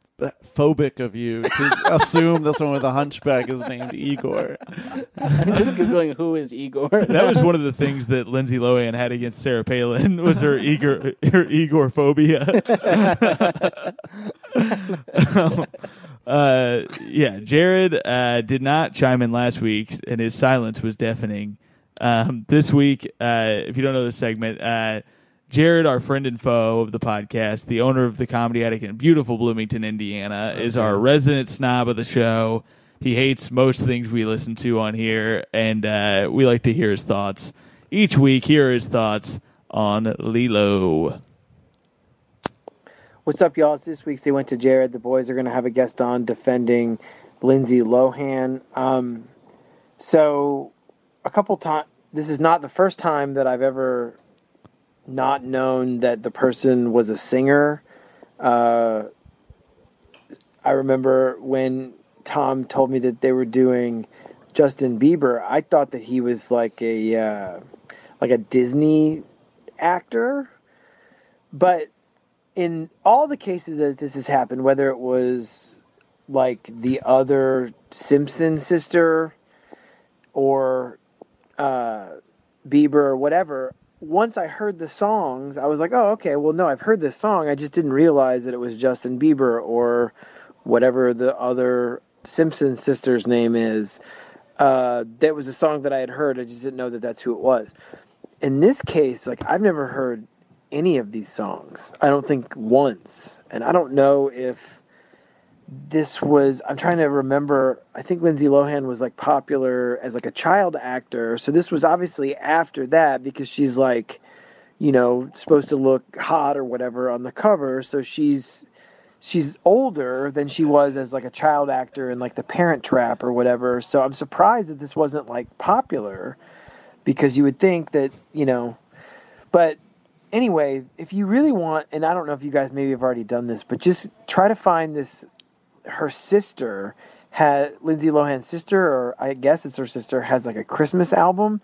[SPEAKER 6] phobic of you to assume that someone with a hunchback is named Igor.
[SPEAKER 5] I'm just googling who is Igor.
[SPEAKER 4] that was one of the things that Lindsay Lohan had against Sarah Palin was her eager her Igor phobia. uh, yeah, Jared uh, did not chime in last week, and his silence was deafening. Um, this week, uh, if you don't know this segment, uh, Jared, our friend and foe of the podcast, the owner of the Comedy Attic in beautiful Bloomington, Indiana, is our resident snob of the show. He hates most things we listen to on here, and uh, we like to hear his thoughts. Each week, here are his thoughts on Lilo.
[SPEAKER 8] What's up, y'all? It's this week's They Went to Jared. The boys are going to have a guest on defending Lindsay Lohan. Um, so, a couple times, this is not the first time that I've ever not known that the person was a singer. Uh, I remember when Tom told me that they were doing Justin Bieber, I thought that he was like a uh, like a Disney actor, but in all the cases that this has happened, whether it was like the other Simpson sister or uh, Bieber or whatever, once I heard the songs, I was like, oh, okay, well, no, I've heard this song. I just didn't realize that it was Justin Bieber or whatever the other Simpson sister's name is. Uh, that was a song that I had heard. I just didn't know that that's who it was. In this case, like, I've never heard any of these songs. I don't think once. And I don't know if this was I'm trying to remember I think Lindsay Lohan was like popular as like a child actor. So this was obviously after that because she's like you know supposed to look hot or whatever on the cover. So she's she's older than she was as like a child actor in like The Parent Trap or whatever. So I'm surprised that this wasn't like popular because you would think that, you know, but anyway, if you really want, and I don't know if you guys maybe have already done this, but just try to find this. Her sister had Lindsay Lohan's sister, or I guess it's her sister, has like a Christmas album,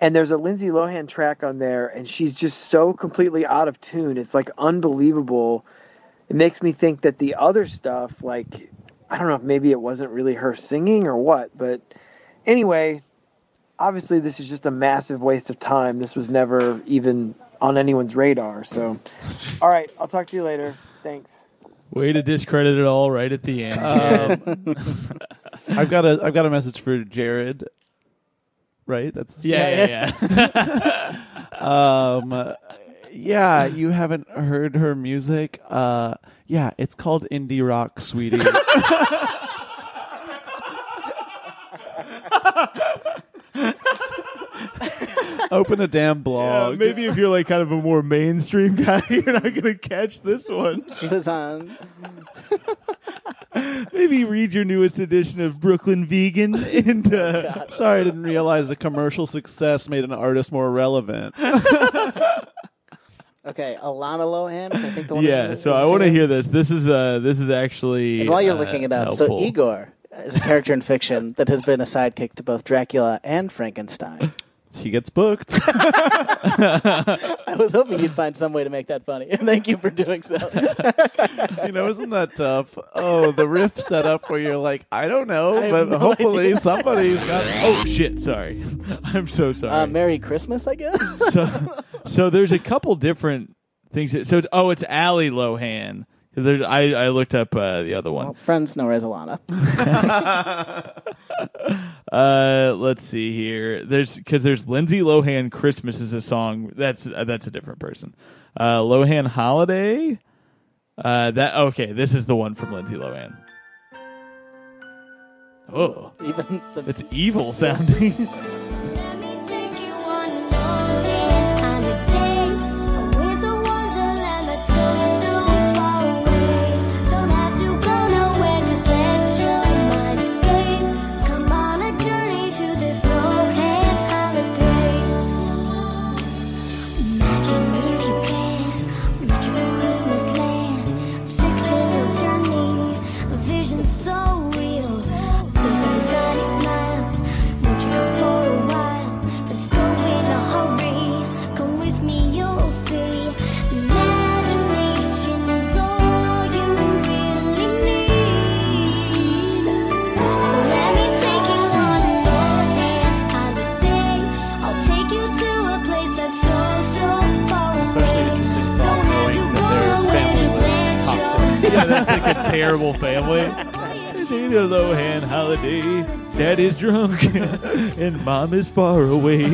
[SPEAKER 8] and there's a Lindsay Lohan track on there, and she's just so completely out of tune. It's like unbelievable. It makes me think that the other stuff, like I don't know if maybe it wasn't really her singing or what, but anyway, obviously this is just a massive waste of time. This was never even on anyone's radar. So, all right, I'll talk to you later. Thanks.
[SPEAKER 4] Way to discredit it all right at the end.
[SPEAKER 6] Um, I've got a I've got a message for Jared. Right? That's
[SPEAKER 4] yeah, yeah, yeah.
[SPEAKER 6] Um, uh, yeah, you haven't heard her music. Uh, yeah, it's called indie rock, sweetie. Open a damn
[SPEAKER 4] Uh,
[SPEAKER 6] blog.
[SPEAKER 4] maybe if you're like kind of a more mainstream guy, you're not gonna catch this one.
[SPEAKER 5] She was on.
[SPEAKER 4] Maybe read your newest edition of Brooklyn Vegan and uh,
[SPEAKER 6] Sorry, I didn't realize the commercial success made an artist more relevant.
[SPEAKER 5] Okay, Alana Lohan. is, I think the one.
[SPEAKER 4] yeah.
[SPEAKER 5] that's-
[SPEAKER 4] So I
[SPEAKER 5] that's
[SPEAKER 4] want to
[SPEAKER 5] singing.
[SPEAKER 4] hear this. This is uh this is actually
[SPEAKER 5] And while you're
[SPEAKER 4] uh,
[SPEAKER 5] looking it up,
[SPEAKER 4] helpful.
[SPEAKER 5] so Igor is a character in fiction that has been a sidekick to both Dracula and Frankenstein.
[SPEAKER 6] He gets booked.
[SPEAKER 5] I was hoping you'd find some way to make that funny, and thank you for doing so.
[SPEAKER 6] you know, isn't that tough? Oh, the riff setup where you're like, I don't know,
[SPEAKER 5] have
[SPEAKER 6] but
[SPEAKER 5] no
[SPEAKER 6] hopefully somebody's got.
[SPEAKER 4] Oh shit! Sorry, I'm so sorry.
[SPEAKER 6] Um,
[SPEAKER 5] Uh, Merry Christmas, I guess.
[SPEAKER 4] so, so there's a couple different things. That, so it's, oh, it's Allie Lohan. There's, I I looked up uh, the other one.
[SPEAKER 5] Friends know her as Alana.
[SPEAKER 4] Uh, let's see here. There's because there's Lindsay Lohan. Christmas is a song. That's uh, that's a different person. Uh, Lohan Holiday. Uh, that okay. This is the one from Lindsay Lohan. Oh,
[SPEAKER 5] Even the
[SPEAKER 4] it's evil sounding.
[SPEAKER 9] Let me take you on an all-day date, a winter wonderland that takes so far away. Don't have to go nowhere, just let your mind escape. Come on a journey to this low-hang holiday. Imagine if you can, magical Christmas land, fictional journey, a vision so real. Please everybody smiles. Won't you come for a
[SPEAKER 4] that's like a terrible family. It's either Lohan holiday, daddy's drunk, and mom is far away.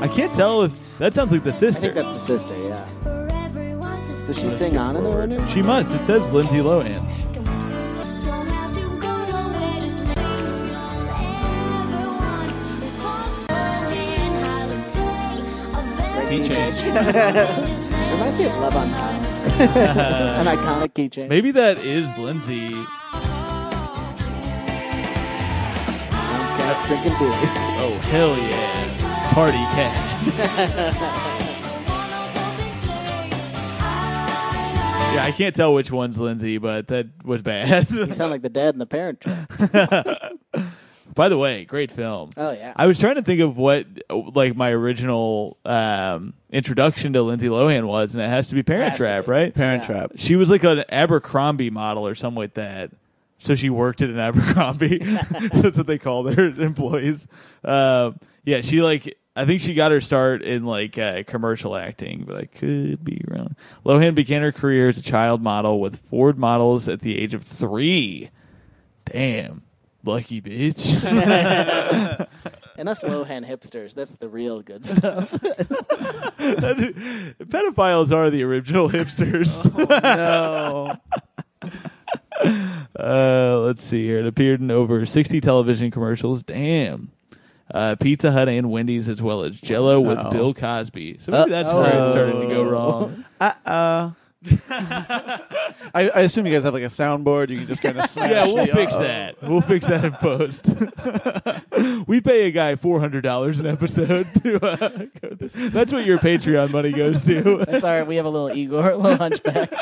[SPEAKER 4] I can't tell if that sounds like the
[SPEAKER 5] I think
[SPEAKER 4] sister.
[SPEAKER 5] that's the sister, yeah. Does she
[SPEAKER 9] Does
[SPEAKER 5] sing on and on? it?
[SPEAKER 4] She must. It says Lindsay Lohan.
[SPEAKER 9] He changed.
[SPEAKER 5] Reminds me of Love on Top. An iconic key change.
[SPEAKER 4] Maybe that is Lindsay.
[SPEAKER 5] Tom's cat's drinking beer.
[SPEAKER 4] Oh hell yeah, party cat. Yeah, I can't tell which one's Lindsay, but that was bad.
[SPEAKER 5] You sound like the dad and the parent trap.
[SPEAKER 4] By the way, great film.
[SPEAKER 5] Oh, yeah.
[SPEAKER 4] I was trying to think of what like my original um, introduction to Lindsay Lohan was, and it has to be Parent
[SPEAKER 5] Has to
[SPEAKER 4] Trap,
[SPEAKER 5] be.
[SPEAKER 4] right?
[SPEAKER 6] Parent Trap.
[SPEAKER 4] She was like an Abercrombie model or something like that. So she worked at an Abercrombie. That's what they call their employees. Um yeah, she like I think she got her start in like uh, commercial acting, but I could be wrong. Lohan began her career as a child model with Ford models at the age of three. Damn, lucky bitch.
[SPEAKER 5] And us Lohan hipsters, that's the real good stuff.
[SPEAKER 4] Pedophiles are the original hipsters. no. uh, let's see here. It appeared in over 60 television commercials. Damn. Uh, Pizza Hut and Wendy's, as well as Jello with
[SPEAKER 6] Wow.
[SPEAKER 4] Bill Cosby. So maybe that's where it started to go wrong.
[SPEAKER 6] I, I assume you guys have like a soundboard. You can just kind of smash.
[SPEAKER 4] Yeah, we'll
[SPEAKER 6] the-
[SPEAKER 4] fix that. We'll fix that in post. we pay a guy four hundred dollars an episode to. Uh, go th- that's what your Patreon money goes to.
[SPEAKER 5] That's all right. We have a little Igor, a little hunchback.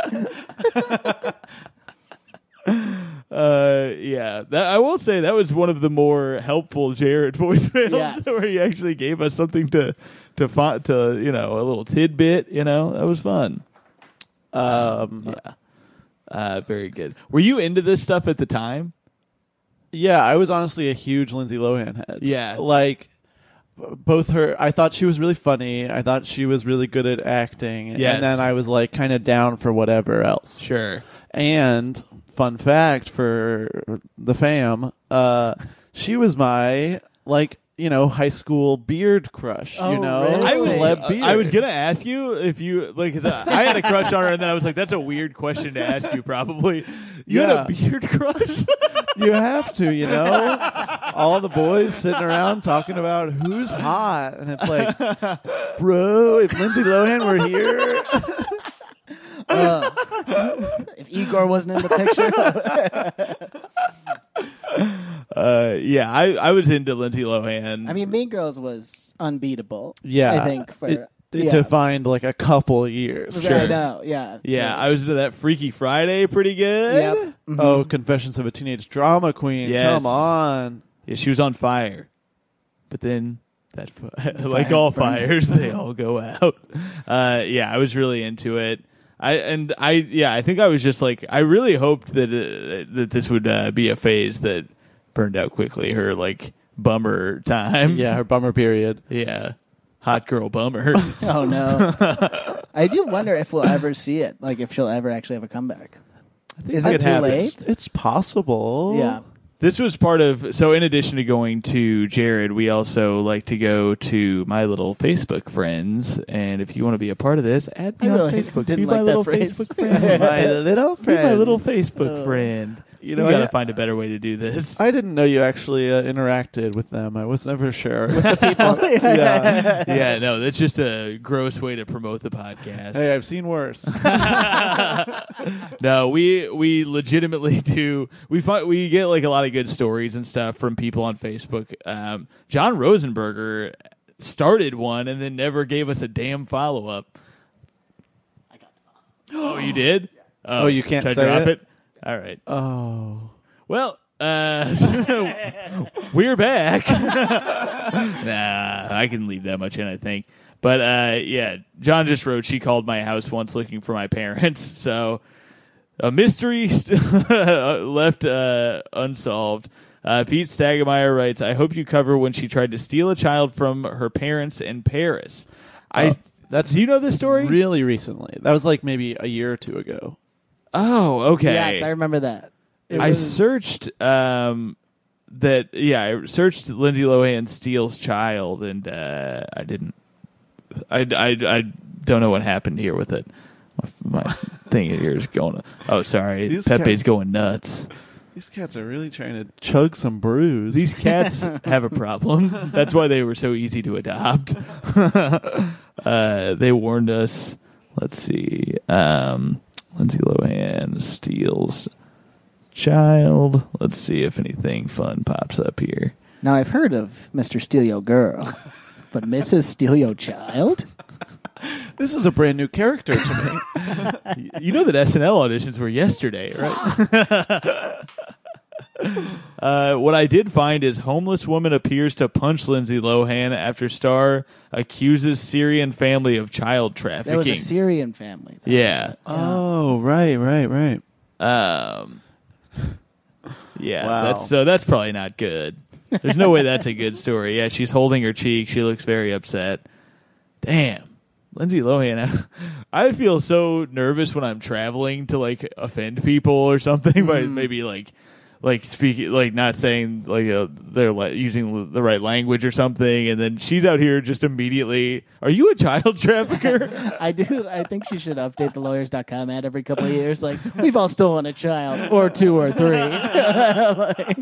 [SPEAKER 4] Uh, yeah, that, I will say that was one of the more helpful Jared voicemails,
[SPEAKER 5] Yes.
[SPEAKER 4] where he actually gave us something to to fi- to you know a little tidbit. You know that was fun. Um, yeah, uh, very good. Were you into this stuff at the time?
[SPEAKER 6] Yeah, I was honestly a huge Lindsay Lohan head.
[SPEAKER 4] Yeah.
[SPEAKER 6] like b- both her. I thought she was really funny. I thought she was really good at acting.
[SPEAKER 4] Yes.
[SPEAKER 6] and then I was like kind of down for whatever else.
[SPEAKER 4] Sure.
[SPEAKER 6] And fun fact for the fam, uh, she was my like you know high school beard crush. you
[SPEAKER 5] Oh,
[SPEAKER 6] know,
[SPEAKER 5] really?
[SPEAKER 4] I was,
[SPEAKER 6] celeb beard.
[SPEAKER 4] uh, I was gonna ask you if you like. The, I had a crush on her, and then I was like, "That's a weird question to ask you." Probably, you had
[SPEAKER 6] Yeah.
[SPEAKER 4] a beard crush.
[SPEAKER 6] You have to, you know? All the boys sitting around talking about who's hot. And it's like, bro, if Lindsay Lohan were here.
[SPEAKER 5] if Igor wasn't in the picture,
[SPEAKER 4] uh, yeah, I, I was into Lindsay Lohan.
[SPEAKER 5] I mean, Mean Girls was unbeatable.
[SPEAKER 6] Yeah.
[SPEAKER 5] I think for
[SPEAKER 6] It- it
[SPEAKER 5] yeah.
[SPEAKER 6] defined like a couple years.
[SPEAKER 5] I know. Yeah.
[SPEAKER 4] Yeah, I was into that Freaky Friday pretty good.
[SPEAKER 5] Yep.
[SPEAKER 6] Oh, Confessions of a Teenage Drama Queen.
[SPEAKER 4] Yes.
[SPEAKER 6] Come on.
[SPEAKER 4] Yeah, she was on fire. But then that fi- like all fires, they all go out. Uh, yeah, I was really into it. I and I yeah, I think I was just like I really hoped that uh, that this would uh, be a phase that burned out quickly. Her like bummer time.
[SPEAKER 6] Yeah, her bummer period.
[SPEAKER 4] yeah, hot girl bummer.
[SPEAKER 5] Oh no. I do wonder if we'll ever see it. Like if she'll ever actually have a comeback. Is
[SPEAKER 4] it
[SPEAKER 5] it too
[SPEAKER 4] happens.
[SPEAKER 5] late?
[SPEAKER 6] It's possible.
[SPEAKER 5] Yeah.
[SPEAKER 4] This was part of so in addition to going to Jared, we also like to go to my little Facebook friends. And if you want to be a part of this, add me
[SPEAKER 5] I
[SPEAKER 4] on
[SPEAKER 5] really
[SPEAKER 4] Facebook.
[SPEAKER 5] didn't
[SPEAKER 4] be my
[SPEAKER 5] like that
[SPEAKER 4] little
[SPEAKER 5] phrase.
[SPEAKER 4] Facebook friend.
[SPEAKER 6] My little
[SPEAKER 4] be my little
[SPEAKER 6] friends.
[SPEAKER 4] Facebook friend. You know,
[SPEAKER 6] know,
[SPEAKER 4] Oh. we gotta
[SPEAKER 6] I-
[SPEAKER 4] find a better way to do this.
[SPEAKER 6] I didn't know you actually uh, interacted with them. I was never sure.
[SPEAKER 4] yeah. yeah, no, that's just a gross way to promote the podcast.
[SPEAKER 6] hey, I've seen worse.
[SPEAKER 4] No, we we legitimately do. We find we get like a lot of good stories and stuff from people on Facebook. Um, John Rosenberger started one and then never gave us a damn follow up. I got the Oh, you did?
[SPEAKER 6] Oh, you can't
[SPEAKER 4] should I
[SPEAKER 6] say
[SPEAKER 4] drop
[SPEAKER 6] it?
[SPEAKER 4] it? All right.
[SPEAKER 6] oh.
[SPEAKER 4] Well, uh, we're back. nah, I can leave that much in, I think. But uh, yeah, John just wrote she called my house once looking for my parents. So a mystery st- left uh, unsolved. Uh, Pete Stagemeyer writes,
[SPEAKER 5] Oh.
[SPEAKER 4] "I hope you cover when she tried to steal a child from her parents in Paris." I
[SPEAKER 6] That's
[SPEAKER 4] Do you know this story?
[SPEAKER 6] really recently. That was like maybe a year or two ago.
[SPEAKER 4] Oh, okay.
[SPEAKER 5] Yes, I remember that. It
[SPEAKER 4] I
[SPEAKER 5] was-
[SPEAKER 4] searched um that yeah, I searched Lindsay Lohan steals child and uh I didn't I, I, I don't know what happened here with it. My, my thing here is going Oh, sorry.
[SPEAKER 6] These
[SPEAKER 4] Pepe's
[SPEAKER 6] cats-
[SPEAKER 4] going nuts.
[SPEAKER 6] These cats are really trying to chug some brews.
[SPEAKER 4] These cats have a problem. That's why they were so easy to adopt. uh, they warned us. Let's see. Um, Lindsay Lohan steals child. Let's see if anything fun pops up here.
[SPEAKER 5] Now I've heard of Mr. Steal Yo Girl, but Mrs. Steal Yo Child?
[SPEAKER 6] this is a brand new character to me.
[SPEAKER 4] You know that SNL auditions were yesterday, right? uh, what I did find is homeless woman appears to punch Lindsay Lohan after star accuses Syrian family of child trafficking.
[SPEAKER 5] There was a Syrian family. That
[SPEAKER 4] yeah.
[SPEAKER 5] was it.
[SPEAKER 6] oh, right, right, right.
[SPEAKER 4] Um, yeah,
[SPEAKER 6] Wow.
[SPEAKER 4] that's so that's probably not good. There's no way that's a good story. Yeah, she's holding her cheek. She looks very upset. Damn, Lindsay Lohan. I, I feel so nervous when I'm traveling to like offend people or something by maybe like like speaking like not saying like uh, they're like using the right language or something, and then she's out here just immediately. Are you a child trafficker?
[SPEAKER 5] I do. I think she should update the lawyers.com ad every couple of years. Like, we've all stolen a child, or two, or three. Like,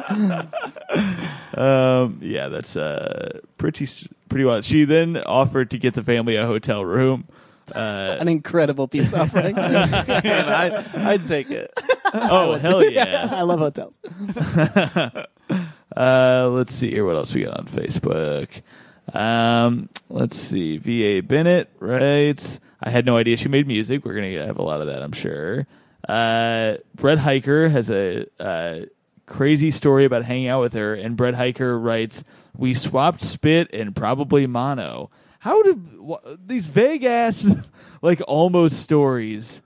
[SPEAKER 4] Um, yeah, that's uh, pretty s- pretty wild. She then offered to get the family a hotel room.
[SPEAKER 5] an incredible peace offering.
[SPEAKER 6] And I, I'd take it.
[SPEAKER 4] Oh hell yeah!
[SPEAKER 5] I love hotels.
[SPEAKER 4] Uh, let's see here. What else we got on Facebook? Um, let's see. Va Bennett writes. I had no idea she made music. We're gonna have a lot of that, I'm sure. Uh, Brett Hiker has a uh, crazy story about hanging out with her, and Brett Hiker writes, "We swapped spit and probably mono." How do wh- these vague ass, like almost stories?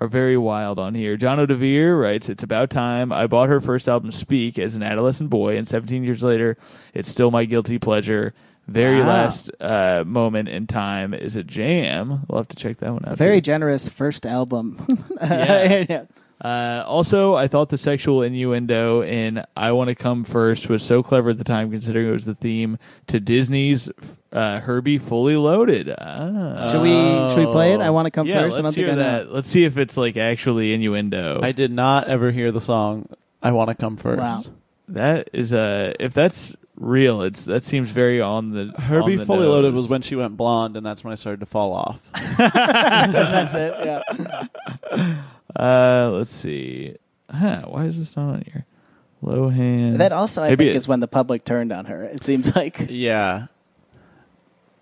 [SPEAKER 4] are very wild on here. John O'Devere writes, It's about time. I bought her first album, Speak, as an adolescent boy, and 17 years later, it's still my guilty pleasure. Very
[SPEAKER 5] Ah.
[SPEAKER 4] last uh, moment in time is a jam. We'll have to check that one out.
[SPEAKER 5] Very
[SPEAKER 4] too.
[SPEAKER 5] generous first album.
[SPEAKER 4] Yeah.
[SPEAKER 5] Yeah.
[SPEAKER 4] Uh, also, I thought the sexual innuendo in I Want to Come First was so clever at the time, considering it was the theme to Disney's uh, Herbie Fully Loaded. Ah.
[SPEAKER 5] Should we should we play it? I want to come
[SPEAKER 4] Oh. yeah,
[SPEAKER 5] first.
[SPEAKER 4] Let's
[SPEAKER 5] I don't
[SPEAKER 4] hear
[SPEAKER 5] think I know.
[SPEAKER 4] that. Let's see if it's like actually innuendo.
[SPEAKER 6] I did not ever hear the song I Want to Come First.
[SPEAKER 5] Wow.
[SPEAKER 4] That is uh if that's real, it's that seems very on the
[SPEAKER 6] Herbie
[SPEAKER 4] on the
[SPEAKER 6] Fully
[SPEAKER 4] nose.
[SPEAKER 6] Loaded was when she went blonde, and that's when I started to fall off.
[SPEAKER 5] That's it. Yeah.
[SPEAKER 4] Uh, let's see. Huh, why is this not on here? Lohan.
[SPEAKER 5] That also I
[SPEAKER 4] Maybe
[SPEAKER 5] think
[SPEAKER 4] it-
[SPEAKER 5] is when the public turned on her. It seems like
[SPEAKER 6] yeah.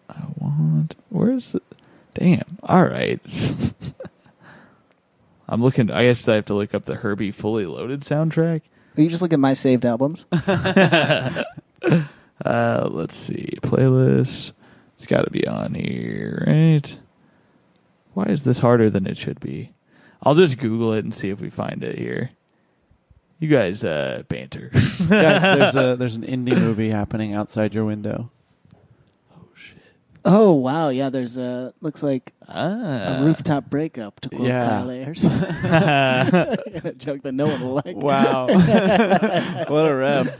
[SPEAKER 4] I want. Where's the? Damn. All right. I'm looking. I guess I have to look up the Herbie Fully Loaded soundtrack.
[SPEAKER 5] you just look at my saved albums.
[SPEAKER 4] Uh, let's see. Playlist. It's got to be on here, right? Why is this harder than it should be? I'll just Google it and see if we find it here. You guys uh, banter.
[SPEAKER 6] Guys, there's, a, there's an indie movie happening outside your window.
[SPEAKER 5] Oh wow, yeah. There's a looks like a
[SPEAKER 4] ah.
[SPEAKER 5] rooftop breakup to quote
[SPEAKER 6] yeah.
[SPEAKER 5] Kyle Ayers. a joke that no one will like.
[SPEAKER 6] Wow. what a rep.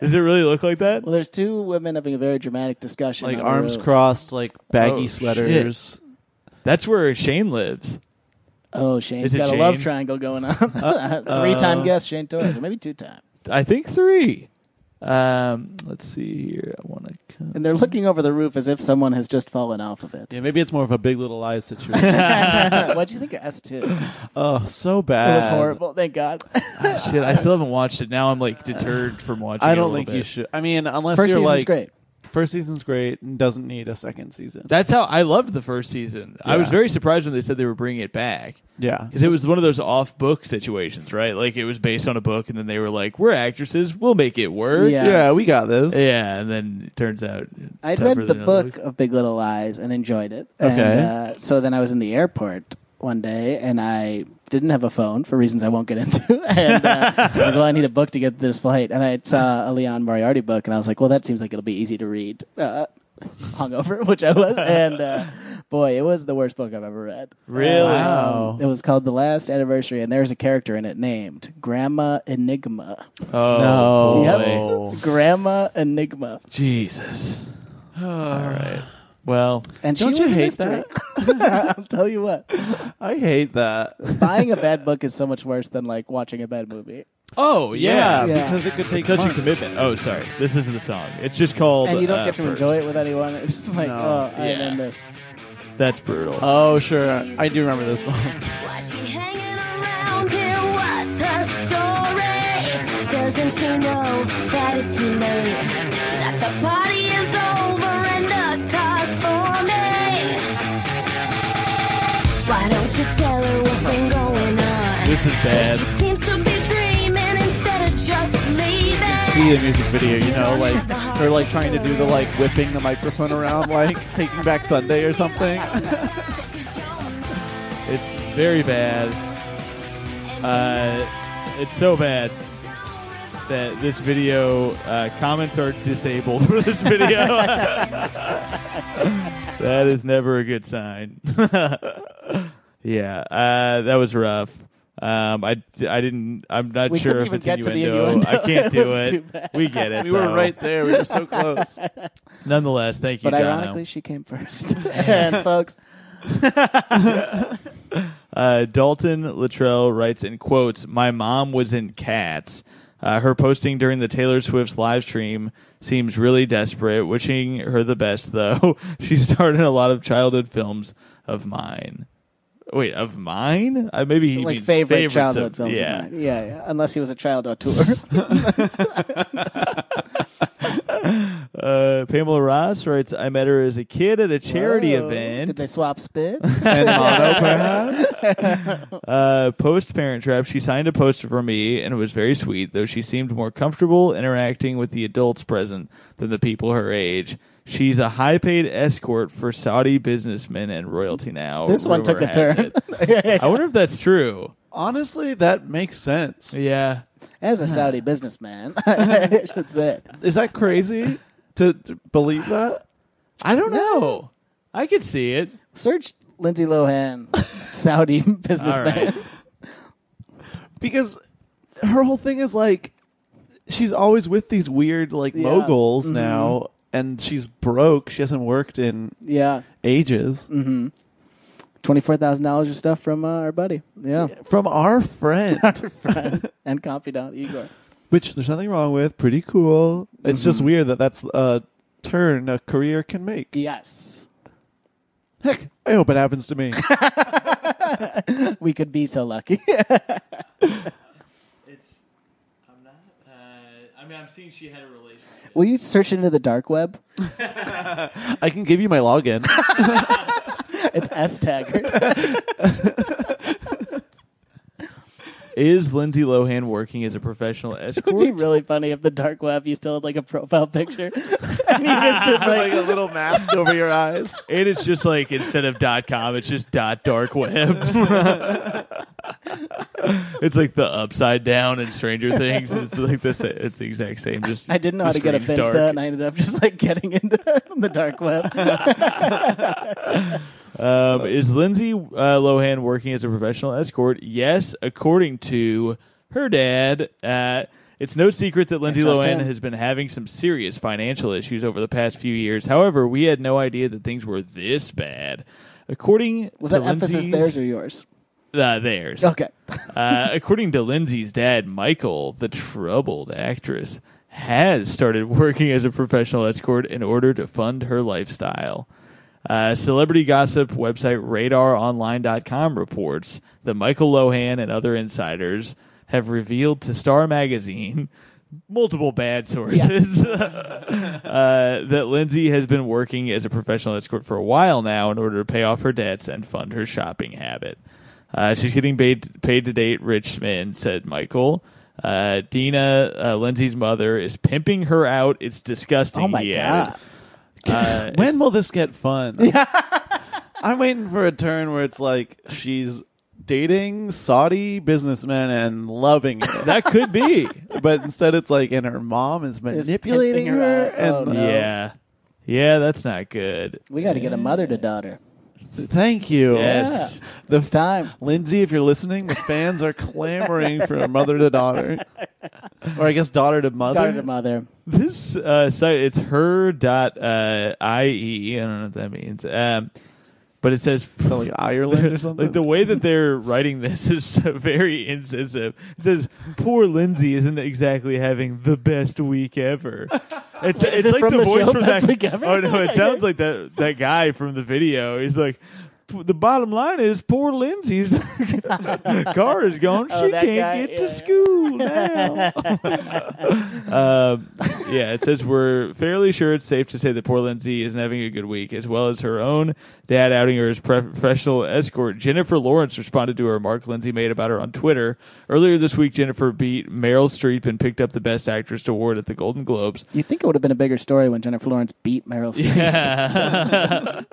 [SPEAKER 4] Does it really look like that?
[SPEAKER 5] Well, there's two women having a very dramatic discussion.
[SPEAKER 6] Like
[SPEAKER 5] on the
[SPEAKER 6] arms
[SPEAKER 5] roof.
[SPEAKER 6] crossed, like baggy
[SPEAKER 4] Oh,
[SPEAKER 6] sweaters.
[SPEAKER 4] That's where Shane lives.
[SPEAKER 5] Oh, Shane's
[SPEAKER 4] Is it
[SPEAKER 5] got a love
[SPEAKER 4] Shane? Uh,
[SPEAKER 5] triangle going on. Three time guest Shane Torres, or maybe two time.
[SPEAKER 4] I think three. Um, let's see here. I want to come.
[SPEAKER 5] And they're looking over the roof as if someone has just fallen off of it.
[SPEAKER 6] Yeah, maybe it's more of a Big Little Lies situation.
[SPEAKER 5] What'd you think of S two? It
[SPEAKER 6] oh, so bad.
[SPEAKER 4] Uh,
[SPEAKER 5] was horrible. Thank God.
[SPEAKER 4] Shit, I still haven't watched it. Now I'm like deterred from watching.
[SPEAKER 6] I
[SPEAKER 4] it a
[SPEAKER 6] don't
[SPEAKER 4] little
[SPEAKER 6] think
[SPEAKER 4] bit.
[SPEAKER 6] you should. I mean, unless
[SPEAKER 5] First
[SPEAKER 6] you're
[SPEAKER 5] season's
[SPEAKER 6] like
[SPEAKER 5] great.
[SPEAKER 6] first season's great and doesn't need a second season.
[SPEAKER 4] That's how I loved the first season. I was
[SPEAKER 6] Yeah.
[SPEAKER 4] very surprised when they said they were bringing it back.
[SPEAKER 6] yeah,
[SPEAKER 4] Because it was one of those off book situations, right? Like it was based on a book, and then they were like, "We're actresses, we'll make it work."
[SPEAKER 5] Yeah.
[SPEAKER 6] yeah, we got this.
[SPEAKER 4] yeah. And then it turns out
[SPEAKER 5] I'd
[SPEAKER 4] tougher
[SPEAKER 5] read the
[SPEAKER 4] than it
[SPEAKER 5] book
[SPEAKER 4] looked.
[SPEAKER 5] of Big Little Lies and enjoyed it. And,
[SPEAKER 6] Okay.
[SPEAKER 5] uh, so then I was in the airport one day and I didn't have a phone for reasons I won't get into. and uh, I was like, well, I need a book to get this flight. And I saw a Leon Moriarty book and I was like, well, that seems like it'll be easy to read. Uh, hungover, which I was, and uh, boy, it was the worst book I've ever read.
[SPEAKER 4] Really?
[SPEAKER 5] Um, It was called The Last Anniversary, and there's a character in it named Grandma Enigma.
[SPEAKER 4] Oh,
[SPEAKER 5] Yep.
[SPEAKER 4] boy.
[SPEAKER 5] Grandma Enigma,
[SPEAKER 6] Jesus.
[SPEAKER 4] All right. Well,
[SPEAKER 5] and
[SPEAKER 6] Don't
[SPEAKER 5] she
[SPEAKER 6] you
[SPEAKER 5] was a
[SPEAKER 6] hate
[SPEAKER 5] mystery. I'll tell you what,
[SPEAKER 6] I hate that.
[SPEAKER 5] buying a bad book is so much worse than like watching a bad movie.
[SPEAKER 4] oh yeah,
[SPEAKER 6] Yeah,
[SPEAKER 5] Yeah.
[SPEAKER 6] because it could take
[SPEAKER 4] such
[SPEAKER 6] months.
[SPEAKER 4] a commitment. Oh, sorry. This is the song. It's just called.
[SPEAKER 5] and you don't
[SPEAKER 4] uh,
[SPEAKER 5] get to
[SPEAKER 4] First.
[SPEAKER 5] enjoy it with anyone. It's just like,
[SPEAKER 6] No.
[SPEAKER 5] oh, I'm
[SPEAKER 4] Yeah.
[SPEAKER 5] in this.
[SPEAKER 4] That's brutal.
[SPEAKER 6] Oh, sure. I do remember this song.
[SPEAKER 9] Why she hanging around here? What's her story? Doesn't she know that it's too late? That the party is over and the car's for me. Why don't you tell her what's been going on?
[SPEAKER 4] This is bad.
[SPEAKER 9] She seems to be dreaming instead of just leaving.
[SPEAKER 6] See the music video, you know, like they're like trying to do the like whipping the microphone around, like Taking Back Sunday or something.
[SPEAKER 4] It's very bad. Uh, it's so bad that this video uh, comments are disabled for this video. that is never a good sign. yeah, uh, that was rough. Um, I, I didn't. I'm not
[SPEAKER 5] We
[SPEAKER 4] sure
[SPEAKER 5] couldn't
[SPEAKER 4] if it's
[SPEAKER 5] even get to the
[SPEAKER 4] innuendo. I
[SPEAKER 5] innuendo.
[SPEAKER 4] can't
[SPEAKER 5] It
[SPEAKER 4] do
[SPEAKER 5] was
[SPEAKER 4] it.
[SPEAKER 5] too bad.
[SPEAKER 4] We get it.
[SPEAKER 6] We were
[SPEAKER 4] though.
[SPEAKER 6] right there. We were so close.
[SPEAKER 4] Nonetheless, thank you.
[SPEAKER 5] But
[SPEAKER 4] Jono.
[SPEAKER 5] ironically, she came first. and folks,
[SPEAKER 4] Uh, Dalton Luttrell writes in quotes, "My mom was in Cats. Uh, her posting during the Taylor Swift's live stream seems really desperate. Wishing her the best, though. she starred in a lot of childhood films of mine. Wait, of mine? Uh, maybe he
[SPEAKER 5] like
[SPEAKER 4] means
[SPEAKER 5] favorite
[SPEAKER 4] favorites
[SPEAKER 5] childhood
[SPEAKER 4] of-
[SPEAKER 5] films.
[SPEAKER 4] Yeah,
[SPEAKER 5] Of mine. yeah, yeah. Unless he was a child auteur.
[SPEAKER 4] Uh, Pamela Ross writes, "I met her as a kid at a charity
[SPEAKER 5] Whoa.
[SPEAKER 4] event.
[SPEAKER 5] Oh, Did they swap spit?
[SPEAKER 6] And mono, perhaps?
[SPEAKER 4] Uh, post Parent Trap, she signed a poster for me and was very sweet, though she seemed more comfortable interacting with the adults present than the people her age. She's a high paid escort for Saudi businessmen and royalty now.
[SPEAKER 5] This one took
[SPEAKER 4] Rumor
[SPEAKER 5] a
[SPEAKER 4] has
[SPEAKER 5] turn.
[SPEAKER 4] it. I wonder if that's true.
[SPEAKER 6] Honestly, that makes sense.
[SPEAKER 4] Yeah.
[SPEAKER 5] As a Saudi businessman, I should say.
[SPEAKER 6] Is that crazy to, to believe that?
[SPEAKER 4] I don't know. I could see it.
[SPEAKER 5] Search Lindsay Lohan, Saudi
[SPEAKER 4] All
[SPEAKER 5] businessman.
[SPEAKER 4] right.
[SPEAKER 6] Because her whole thing is like she's always with these weird like
[SPEAKER 5] Yeah. Mm-hmm.
[SPEAKER 6] moguls now, and she's broke. She hasn't worked in
[SPEAKER 5] Yeah.
[SPEAKER 6] ages.
[SPEAKER 5] Mm. $24,000 of stuff from uh, our buddy. Yeah.
[SPEAKER 6] From our friend,
[SPEAKER 5] And confidant, Igor.
[SPEAKER 6] which there's nothing wrong with. Pretty cool. It's just weird that that's a turn a career can make.
[SPEAKER 5] Yes.
[SPEAKER 6] Heck, I hope it happens to me.
[SPEAKER 5] We could be so lucky.
[SPEAKER 4] It's. I'm not. Uh, I mean, I'm seeing she had a relationship.
[SPEAKER 5] Will you search into the dark web?
[SPEAKER 6] I can give you my login.
[SPEAKER 5] It's S Taggart.
[SPEAKER 4] Is Lindsay Lohan working as a professional escort?
[SPEAKER 5] It'd be really funny if the dark web you still had like a profile picture. and you just did
[SPEAKER 6] like a
[SPEAKER 5] like,
[SPEAKER 6] little mask over your eyes.
[SPEAKER 4] and it's just like instead of dot com, it's just dot dark web. it's like the upside down in Stranger Things. It's like this. It's the exact same. Just
[SPEAKER 5] I didn't know how
[SPEAKER 4] the
[SPEAKER 5] to get a
[SPEAKER 4] screen's
[SPEAKER 5] Finsta,
[SPEAKER 4] dark.
[SPEAKER 5] and I ended up just like getting into the dark web.
[SPEAKER 4] Um, is Lindsay uh, Lohan working as a professional escort? Yes, according to her dad. Uh, it's no secret that Lindsay
[SPEAKER 5] Exhaust
[SPEAKER 4] Lohan
[SPEAKER 5] him.
[SPEAKER 4] has been having some serious financial issues over the past few years. However, we had no idea that things were this bad. According
[SPEAKER 5] Was
[SPEAKER 4] to
[SPEAKER 5] that emphasis
[SPEAKER 4] Lindsay's-
[SPEAKER 5] theirs or yours?
[SPEAKER 4] uh, theirs?
[SPEAKER 5] Okay.
[SPEAKER 4] Uh, according to Lindsay's dad, Michael, the troubled actress, has started working as a professional escort in order to fund her lifestyle. Uh, celebrity gossip website radaronline.com reports that Michael Lohan and other insiders have revealed to Star Magazine multiple bad sources uh, that Lindsay has been working as a professional escort for a while now in order to pay off her debts and fund her shopping habit. Uh, she's getting paid, paid to date rich men, said Michael. Uh, Dina, uh, Lindsay's mother, is pimping her out. It's disgusting.
[SPEAKER 5] Oh my
[SPEAKER 4] he
[SPEAKER 5] god.
[SPEAKER 4] added. Uh,
[SPEAKER 6] when will this get fun? I'm waiting for a turn where it's like she's dating Saudi businessmen and loving it.
[SPEAKER 4] that could be.
[SPEAKER 6] but instead it's like and her mom is manipulating
[SPEAKER 5] pimping her
[SPEAKER 6] her,
[SPEAKER 5] out.
[SPEAKER 6] and
[SPEAKER 5] Oh, no.
[SPEAKER 4] Yeah. Yeah, that's not good.
[SPEAKER 5] We got to get a mother to daughter.
[SPEAKER 6] Thank you.
[SPEAKER 4] Yes.
[SPEAKER 6] The
[SPEAKER 5] It's time.
[SPEAKER 6] Lindsay, if you're listening, the fans are clamoring for a mother to daughter. Or I guess daughter to mother.
[SPEAKER 5] Daughter to mother.
[SPEAKER 4] This uh, site, it's her dot uh, IE. I don't know what that means. Um, but it says
[SPEAKER 6] So, like Ireland or something.
[SPEAKER 4] Like the way that they're writing this is so very insensitive. It says, "Poor Lindsay isn't exactly having the best week ever." It's, it's
[SPEAKER 5] it
[SPEAKER 4] like
[SPEAKER 5] from
[SPEAKER 4] the,
[SPEAKER 5] the
[SPEAKER 4] voice
[SPEAKER 5] show
[SPEAKER 4] from
[SPEAKER 5] Best
[SPEAKER 4] that.
[SPEAKER 5] Week Ever?
[SPEAKER 4] Oh no, it sounds like that that guy from the video. He's like. "P- The bottom line is, poor Lindsay's car is gone.
[SPEAKER 5] Oh,
[SPEAKER 4] she
[SPEAKER 5] that
[SPEAKER 4] can't
[SPEAKER 5] guy,
[SPEAKER 4] get
[SPEAKER 5] yeah,
[SPEAKER 4] to
[SPEAKER 5] yeah.
[SPEAKER 4] school now. Um, yeah, it says we're fairly sure it's safe to say that poor Lindsay isn't having a good week, as well as her own dad outing her as pre- professional escort. Jennifer Lawrence responded to a remark Lindsay made about her on Twitter earlier this week. Jennifer beat Meryl Streep and picked up the Best Actress award at the Golden Globes.
[SPEAKER 5] You think it would have been a bigger story when Jennifer Lawrence beat Meryl Streep?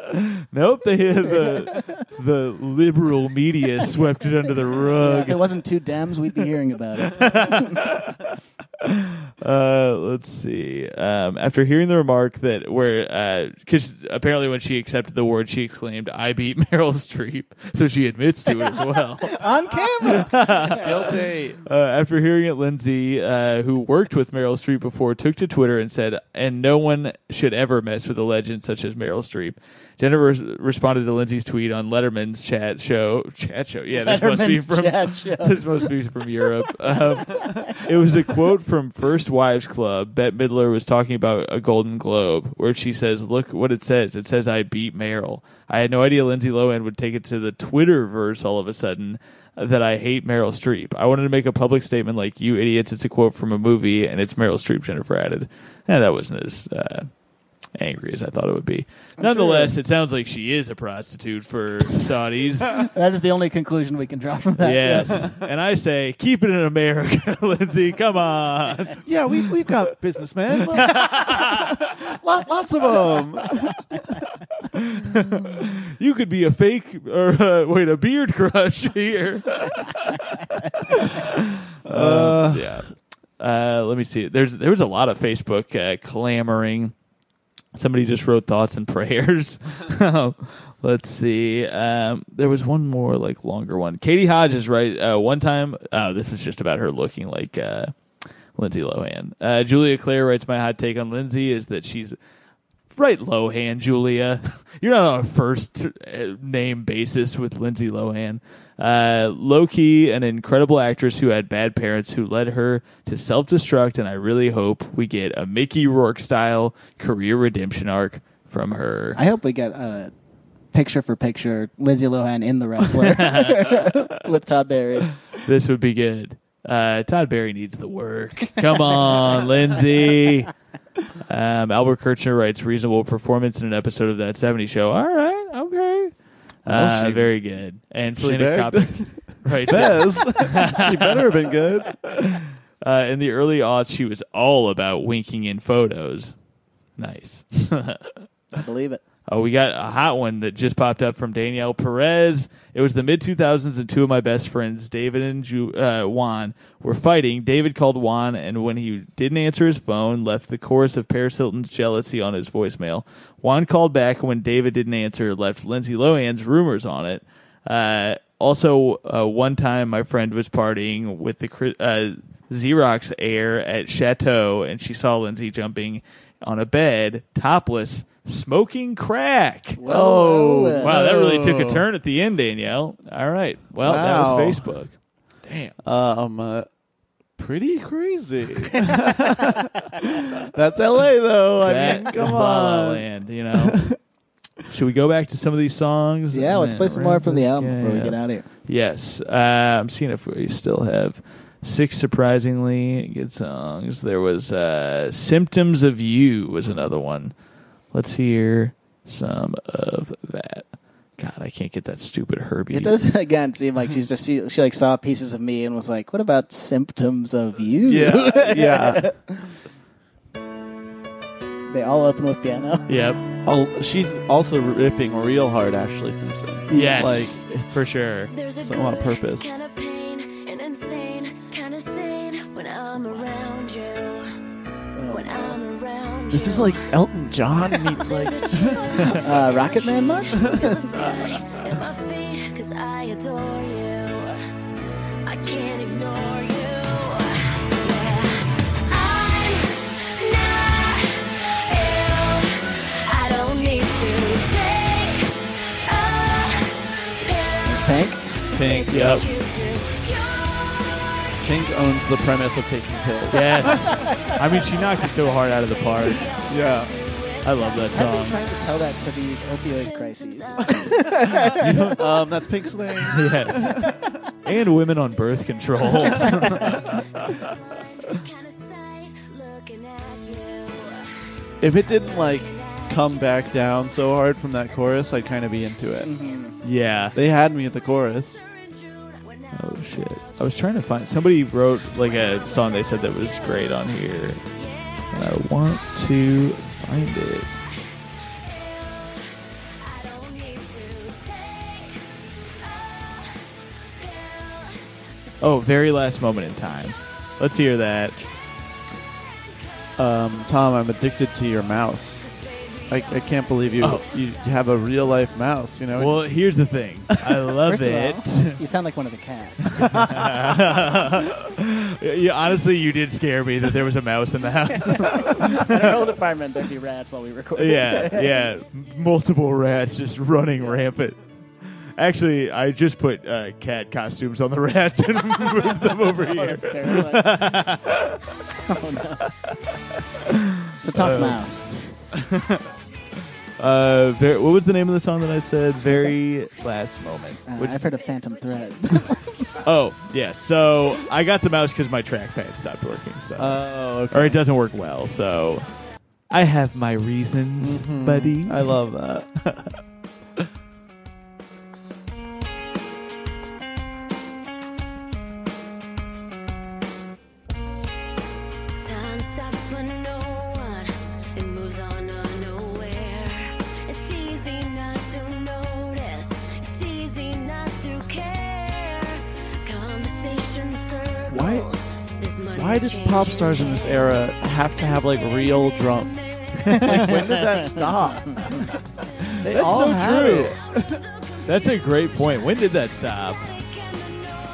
[SPEAKER 4] nope, they uh, the the liberal media swept it under the
[SPEAKER 5] If
[SPEAKER 4] rug.
[SPEAKER 5] it wasn't two Dems, we'd be hearing about it.
[SPEAKER 4] Uh, let's see. Um, after hearing the remark that where, because apparently when she accepted the award, she exclaimed, "I beat Meryl Streep," so she admits to it as well.
[SPEAKER 5] On camera.
[SPEAKER 4] Guilty. Uh, after hearing it, Lindsay, uh, who worked with Meryl Streep before, took to Twitter and said, "And no one should ever mess with a legend such as Meryl Streep." Jennifer res- responded to Lindsay's tweet on Letterman's chat show. Chat show. Yeah, this must be
[SPEAKER 5] Letterman's
[SPEAKER 4] from
[SPEAKER 5] chat show.
[SPEAKER 4] this must be from Europe. Um, it was a quote from First Wives Club. Bette Midler was talking about a Golden Globe, where she says, "Look what it says. It says I beat Meryl. I had no idea Lindsay Lohan would take it to the Twitterverse all of a sudden." uh, That I hate Meryl Streep. I wanted to make a public statement like, you idiots, it's a quote from a movie and it's Meryl Streep, Jennifer added. And that wasn't as uh, angry as I thought it would be. Nonetheless, it sounds like she is a prostitute for Saudis.
[SPEAKER 5] That is the only conclusion we can draw from that.
[SPEAKER 4] Yes. and I say, keep it in America, Lindsay. Come on.
[SPEAKER 6] yeah, we, we've got businessmen. Lot, lots of them.
[SPEAKER 4] You could be a fake, or uh, wait, a beard crush here.
[SPEAKER 6] Uh,
[SPEAKER 4] yeah. Uh, let me see. There's there was a lot of Facebook uh, clamoring. Somebody just wrote thoughts and prayers. Um, Let's see. Um, there was one more like longer one. Katie Hodges, right? Uh, one time. Oh, this is just about her looking like uh, Lindsay Lohan. Uh, Julia Claire writes my hot take on Lindsay is that she's right Lohan, Julia. You're not on a first uh, name basis with Lindsay Lohan. Uh, Loki, an incredible actress who had bad parents who led her to self destruct, and I really hope we get a Mickey Rourke style career redemption arc from her.
[SPEAKER 5] I hope we get a picture for picture Lindsay Lohan in The Wrestler with Todd Barry.
[SPEAKER 4] this would be good. Uh, Todd Barry needs the work. Come on, Lindsay. Um, Albert Kirchner writes reasonable performance in an episode of that 70 show. All right, okay. Uh,
[SPEAKER 6] Well, she-
[SPEAKER 4] very good. And Selena
[SPEAKER 6] begged.
[SPEAKER 4] Kopic writes
[SPEAKER 6] Bez. she better have been good.
[SPEAKER 4] uh, in the early aughts, she was all about winking in photos. Nice.
[SPEAKER 5] I believe it.
[SPEAKER 4] Oh, we got a hot one that just popped up from Danielle Perez. It was the mid 2000s, and two of my best friends, David and Ju- uh, Juan, were fighting. David called Juan, and when he didn't answer his phone, left the chorus of Paris Hilton's jealousy on his voicemail. Juan called back, and when David didn't answer, left Lindsay Lohan's rumors on it. Uh, also, uh, one time my friend was partying with the cri- uh, Xerox air at Chateau, and she saw Lindsay jumping on a bed, topless, smoking crack.
[SPEAKER 5] Oh,
[SPEAKER 4] Wow, that really took a turn at the end, Danielle. All right. Well,
[SPEAKER 6] Wow.
[SPEAKER 4] that was Facebook. Damn.
[SPEAKER 6] Um, uh, pretty crazy. That's LA though. I
[SPEAKER 4] That
[SPEAKER 6] mean,
[SPEAKER 4] was
[SPEAKER 6] come
[SPEAKER 4] La La
[SPEAKER 6] on.
[SPEAKER 4] Land, you know. Should we go back to some of these songs?
[SPEAKER 5] Yeah, let's
[SPEAKER 4] And
[SPEAKER 5] play some
[SPEAKER 4] wrap
[SPEAKER 5] more from the
[SPEAKER 4] this
[SPEAKER 5] album before we
[SPEAKER 4] guy
[SPEAKER 5] get
[SPEAKER 4] up?
[SPEAKER 5] out of here.
[SPEAKER 4] Yes. Uh, I'm seeing if we still have six surprisingly good songs. There was uh, Symptoms of You was another one. Let's hear some of that. God, I can't get that stupid Herbie.
[SPEAKER 5] It does again seem like she's just she, she like saw pieces of me and was like, "What about symptoms of you?"
[SPEAKER 6] Yeah, yeah.
[SPEAKER 5] they all open with piano.
[SPEAKER 4] Yep.
[SPEAKER 6] Oh, she's also ripping real hard, Ashley Simpson.
[SPEAKER 4] Yes.
[SPEAKER 6] like it's
[SPEAKER 4] for sure.
[SPEAKER 9] There's a
[SPEAKER 6] So on purpose.
[SPEAKER 9] Kind of pain and insane, kind of sane when I'm around you. When I'm around
[SPEAKER 6] Oh, This is like Elton John meets like
[SPEAKER 5] Uh, Rocket Man much?
[SPEAKER 9] Cause I adore you. I can't ignore you. I'm not ill. I don't need to take a pill.
[SPEAKER 5] Pink?
[SPEAKER 6] Pink.
[SPEAKER 9] Yep.
[SPEAKER 6] Yep. Pink owns the premise of taking pills.
[SPEAKER 4] Yes. I mean, she knocked it so hard out of the park.
[SPEAKER 6] Yeah.
[SPEAKER 4] I love that
[SPEAKER 5] I've been
[SPEAKER 4] song.
[SPEAKER 5] trying to tell that to these opioid crises.
[SPEAKER 6] um, that's Pink's name.
[SPEAKER 4] Yes. And women on birth control.
[SPEAKER 6] If it didn't like come back down so hard from that chorus, I'd kind of be into it.
[SPEAKER 4] yeah.
[SPEAKER 6] They had me at the chorus.
[SPEAKER 4] Oh shit! I was trying to find somebody wrote like a song they said that was great on here, and I want to find it. Oh, very last moment in time. Let's hear that.
[SPEAKER 6] Um, Tom, I'm addicted to your mouse. I, I can't believe you,
[SPEAKER 4] Oh.
[SPEAKER 6] you you have a real life mouse. You know.
[SPEAKER 4] Well, here's the thing. I love
[SPEAKER 5] First of
[SPEAKER 4] it.
[SPEAKER 5] all, you sound like one of the cats.
[SPEAKER 4] Yeah, honestly, you did scare me that there was a mouse in the house.
[SPEAKER 5] In our old apartment, there'd be rats while we recorded.
[SPEAKER 4] yeah, yeah. M- Multiple rats just running rampant. Actually, I just put uh, cat costumes on the rats and moved them over here.
[SPEAKER 5] That's terrible. oh, no. So talk mouse.
[SPEAKER 4] Uh, ver- what was the name of the song that I said? Very last moment.
[SPEAKER 5] Uh,
[SPEAKER 4] Which-
[SPEAKER 5] I've heard of Phantom Thread.
[SPEAKER 4] oh, yeah. So I got the mouse because my trackpad stopped working. So.
[SPEAKER 6] Oh, okay.
[SPEAKER 4] or it doesn't work well. So I have my reasons, buddy.
[SPEAKER 6] I love that.
[SPEAKER 9] Time stops for no one and moves on to nowhere. It's easy not to notice, it's easy not to care. Conversation circles.
[SPEAKER 6] Why-
[SPEAKER 9] There's money
[SPEAKER 6] Why did pop
[SPEAKER 9] changing
[SPEAKER 6] stars in this
[SPEAKER 9] hands.
[SPEAKER 6] era have to have like real drums? Like, when did that stop? They That's all
[SPEAKER 4] so
[SPEAKER 6] had
[SPEAKER 4] true.
[SPEAKER 6] it.
[SPEAKER 4] That's a great point. When did that stop?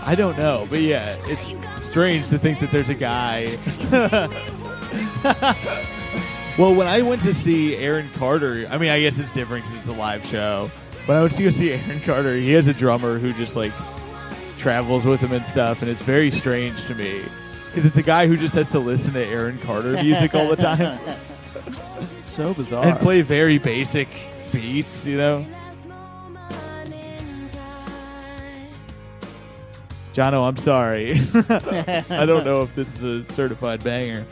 [SPEAKER 4] I don't know, but yeah, it's strange to think that there's a guy. well, when I went to see Aaron Carter, I mean, I guess it's different because it's a live show. When I went to go see Aaron Carter, he has a drummer who just like travels with him and stuff, and it's very strange to me because it's a guy who just has to listen to Aaron Carter music all the time
[SPEAKER 6] It's so bizarre.
[SPEAKER 4] and play very basic beats, you know. Jono, I'm sorry. I don't know if this is a certified banger.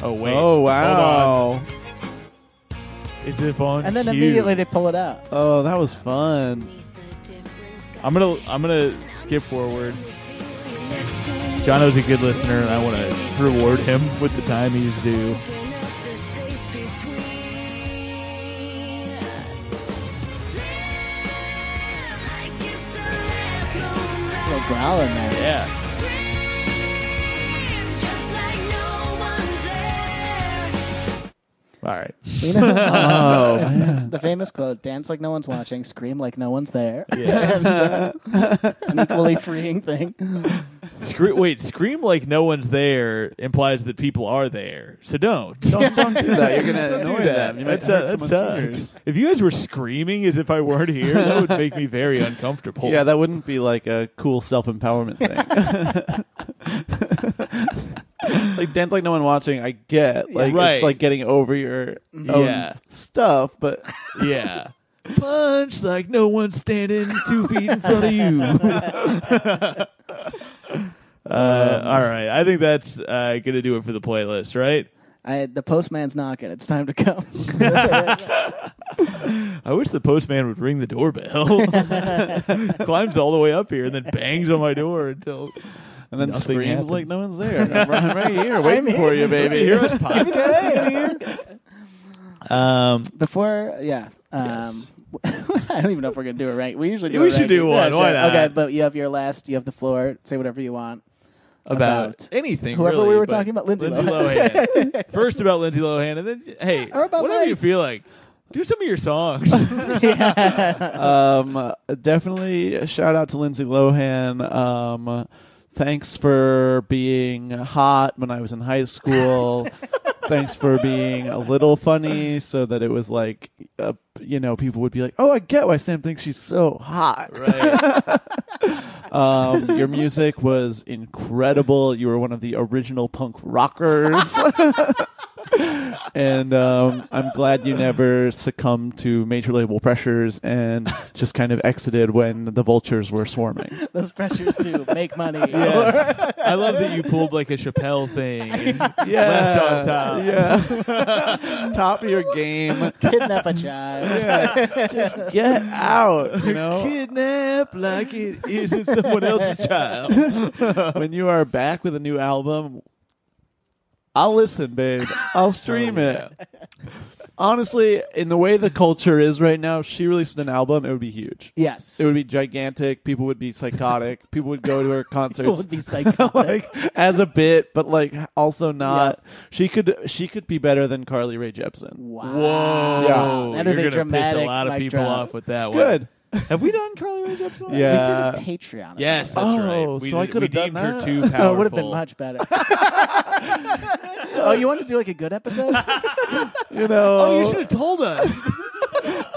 [SPEAKER 4] Oh wait.
[SPEAKER 6] oh
[SPEAKER 4] Hold
[SPEAKER 6] wow.
[SPEAKER 4] on. Is it on?
[SPEAKER 5] and then
[SPEAKER 4] cue?
[SPEAKER 5] immediately they pull it out.
[SPEAKER 6] Oh, that was fun.
[SPEAKER 4] I'm gonna I'm gonna skip forward. Jono's a good listener, and I want to reward him with the time he's due.
[SPEAKER 5] Little growl in there.
[SPEAKER 4] Yeah. All right.
[SPEAKER 5] You know,
[SPEAKER 6] Oh,
[SPEAKER 5] the famous quote: "Dance like no one's watching, scream like no one's there."
[SPEAKER 4] Yeah.
[SPEAKER 5] An equally freeing thing.
[SPEAKER 4] Scre- wait, scream like no one's there implies that people are there. So don't.
[SPEAKER 6] don't, don't do that. You're gonna
[SPEAKER 4] Don't do
[SPEAKER 6] annoy
[SPEAKER 4] that.
[SPEAKER 6] them. You might
[SPEAKER 4] That's-
[SPEAKER 6] hurt
[SPEAKER 4] that
[SPEAKER 6] someone's
[SPEAKER 4] sucks.
[SPEAKER 6] ears.
[SPEAKER 4] If you guys were screaming as if I weren't here, that would make me very uncomfortable.
[SPEAKER 6] Yeah, that wouldn't be like a cool self empowerment thing. like dance like no one watching. I get like
[SPEAKER 4] Right.
[SPEAKER 6] it's like getting over your own
[SPEAKER 4] Yeah.
[SPEAKER 6] stuff, but
[SPEAKER 4] yeah. Punch like no one standing two feet in front of you. uh, all right, I think that's uh, gonna do it for the playlist, right?
[SPEAKER 5] I, the postman's knocking. It's time to come.
[SPEAKER 4] I wish the postman would ring the doorbell. Climbs all the way up here and then bangs on my door until
[SPEAKER 6] and then
[SPEAKER 4] Nothing
[SPEAKER 6] screams
[SPEAKER 4] happens.
[SPEAKER 6] like no one's there. I'm, I'm right here waiting for you,
[SPEAKER 4] Did you
[SPEAKER 6] baby.
[SPEAKER 4] hear us podcast? um,
[SPEAKER 5] Before, yeah. Um, I don't even know if we're gonna do it right. We usually do.
[SPEAKER 4] We
[SPEAKER 5] a
[SPEAKER 4] should do
[SPEAKER 5] ranking.
[SPEAKER 4] one.
[SPEAKER 5] Yeah,
[SPEAKER 4] Why
[SPEAKER 5] sure.
[SPEAKER 4] not?
[SPEAKER 5] Okay, but you have your last. You have the floor. Say whatever you want.
[SPEAKER 4] about,
[SPEAKER 5] About
[SPEAKER 4] anything.
[SPEAKER 5] whoever
[SPEAKER 4] really,
[SPEAKER 5] we were
[SPEAKER 4] but
[SPEAKER 5] talking about, Lindsay
[SPEAKER 4] Lohan. First about Lindsay Lohan, and then hey,
[SPEAKER 1] or about
[SPEAKER 4] whatever you
[SPEAKER 1] life.
[SPEAKER 4] feel like, do some of your songs.
[SPEAKER 6] um, uh, definitely a shout out to Lindsay Lohan. Um, thanks for being hot when I was in high school. thanks for being a little funny so that it was like, uh, you know, people would be like, oh, I get why Sam thinks she's so hot.
[SPEAKER 4] right.
[SPEAKER 6] Um, your music was incredible. You were one of the original punk rockers. and um, I'm glad you never succumbed to major label pressures and just kind of exited when the vultures were swarming.
[SPEAKER 5] Those pressures to make money.
[SPEAKER 4] Yes. I love that you pulled like a Chappelle thing. and
[SPEAKER 6] Yeah.
[SPEAKER 4] Left on top.
[SPEAKER 6] Yeah. top of your game.
[SPEAKER 5] or kidnap a child.
[SPEAKER 6] Just get out, you know?
[SPEAKER 4] Kidnap like it isn't someone else's child.
[SPEAKER 6] when you are back with a new album, I'll listen, babe. I'll stream
[SPEAKER 4] Oh,
[SPEAKER 6] it. Honestly, in the way the culture is right now, if she released an album, it would be huge.
[SPEAKER 5] Yes.
[SPEAKER 6] It would be gigantic. People would be psychotic. People would go to her
[SPEAKER 5] People
[SPEAKER 6] concerts
[SPEAKER 5] would be psychotic.
[SPEAKER 6] like as a bit, but like also not. She could she could be better than Carly Rae Jepsen.
[SPEAKER 5] wow.
[SPEAKER 4] Whoa.
[SPEAKER 5] Yeah. That is
[SPEAKER 4] Oh, You're gonna piss a
[SPEAKER 5] a dramatic
[SPEAKER 4] lot of
[SPEAKER 5] mic
[SPEAKER 4] people
[SPEAKER 5] drop.
[SPEAKER 4] off with that one.
[SPEAKER 6] Good.
[SPEAKER 4] Have we done Carly Rae Jepsen?
[SPEAKER 5] We did
[SPEAKER 6] Yeah.
[SPEAKER 5] a Patreon. about
[SPEAKER 4] Yes,
[SPEAKER 5] it.
[SPEAKER 4] that's
[SPEAKER 6] Oh,
[SPEAKER 4] right. We,
[SPEAKER 6] so I
[SPEAKER 4] did-
[SPEAKER 6] could
[SPEAKER 4] we
[SPEAKER 6] have done
[SPEAKER 4] deemed her
[SPEAKER 6] that.
[SPEAKER 4] too powerful.
[SPEAKER 5] Oh, it would have been much better. oh, you want to do like a good episode?
[SPEAKER 6] You know.
[SPEAKER 4] Oh, you should have told us.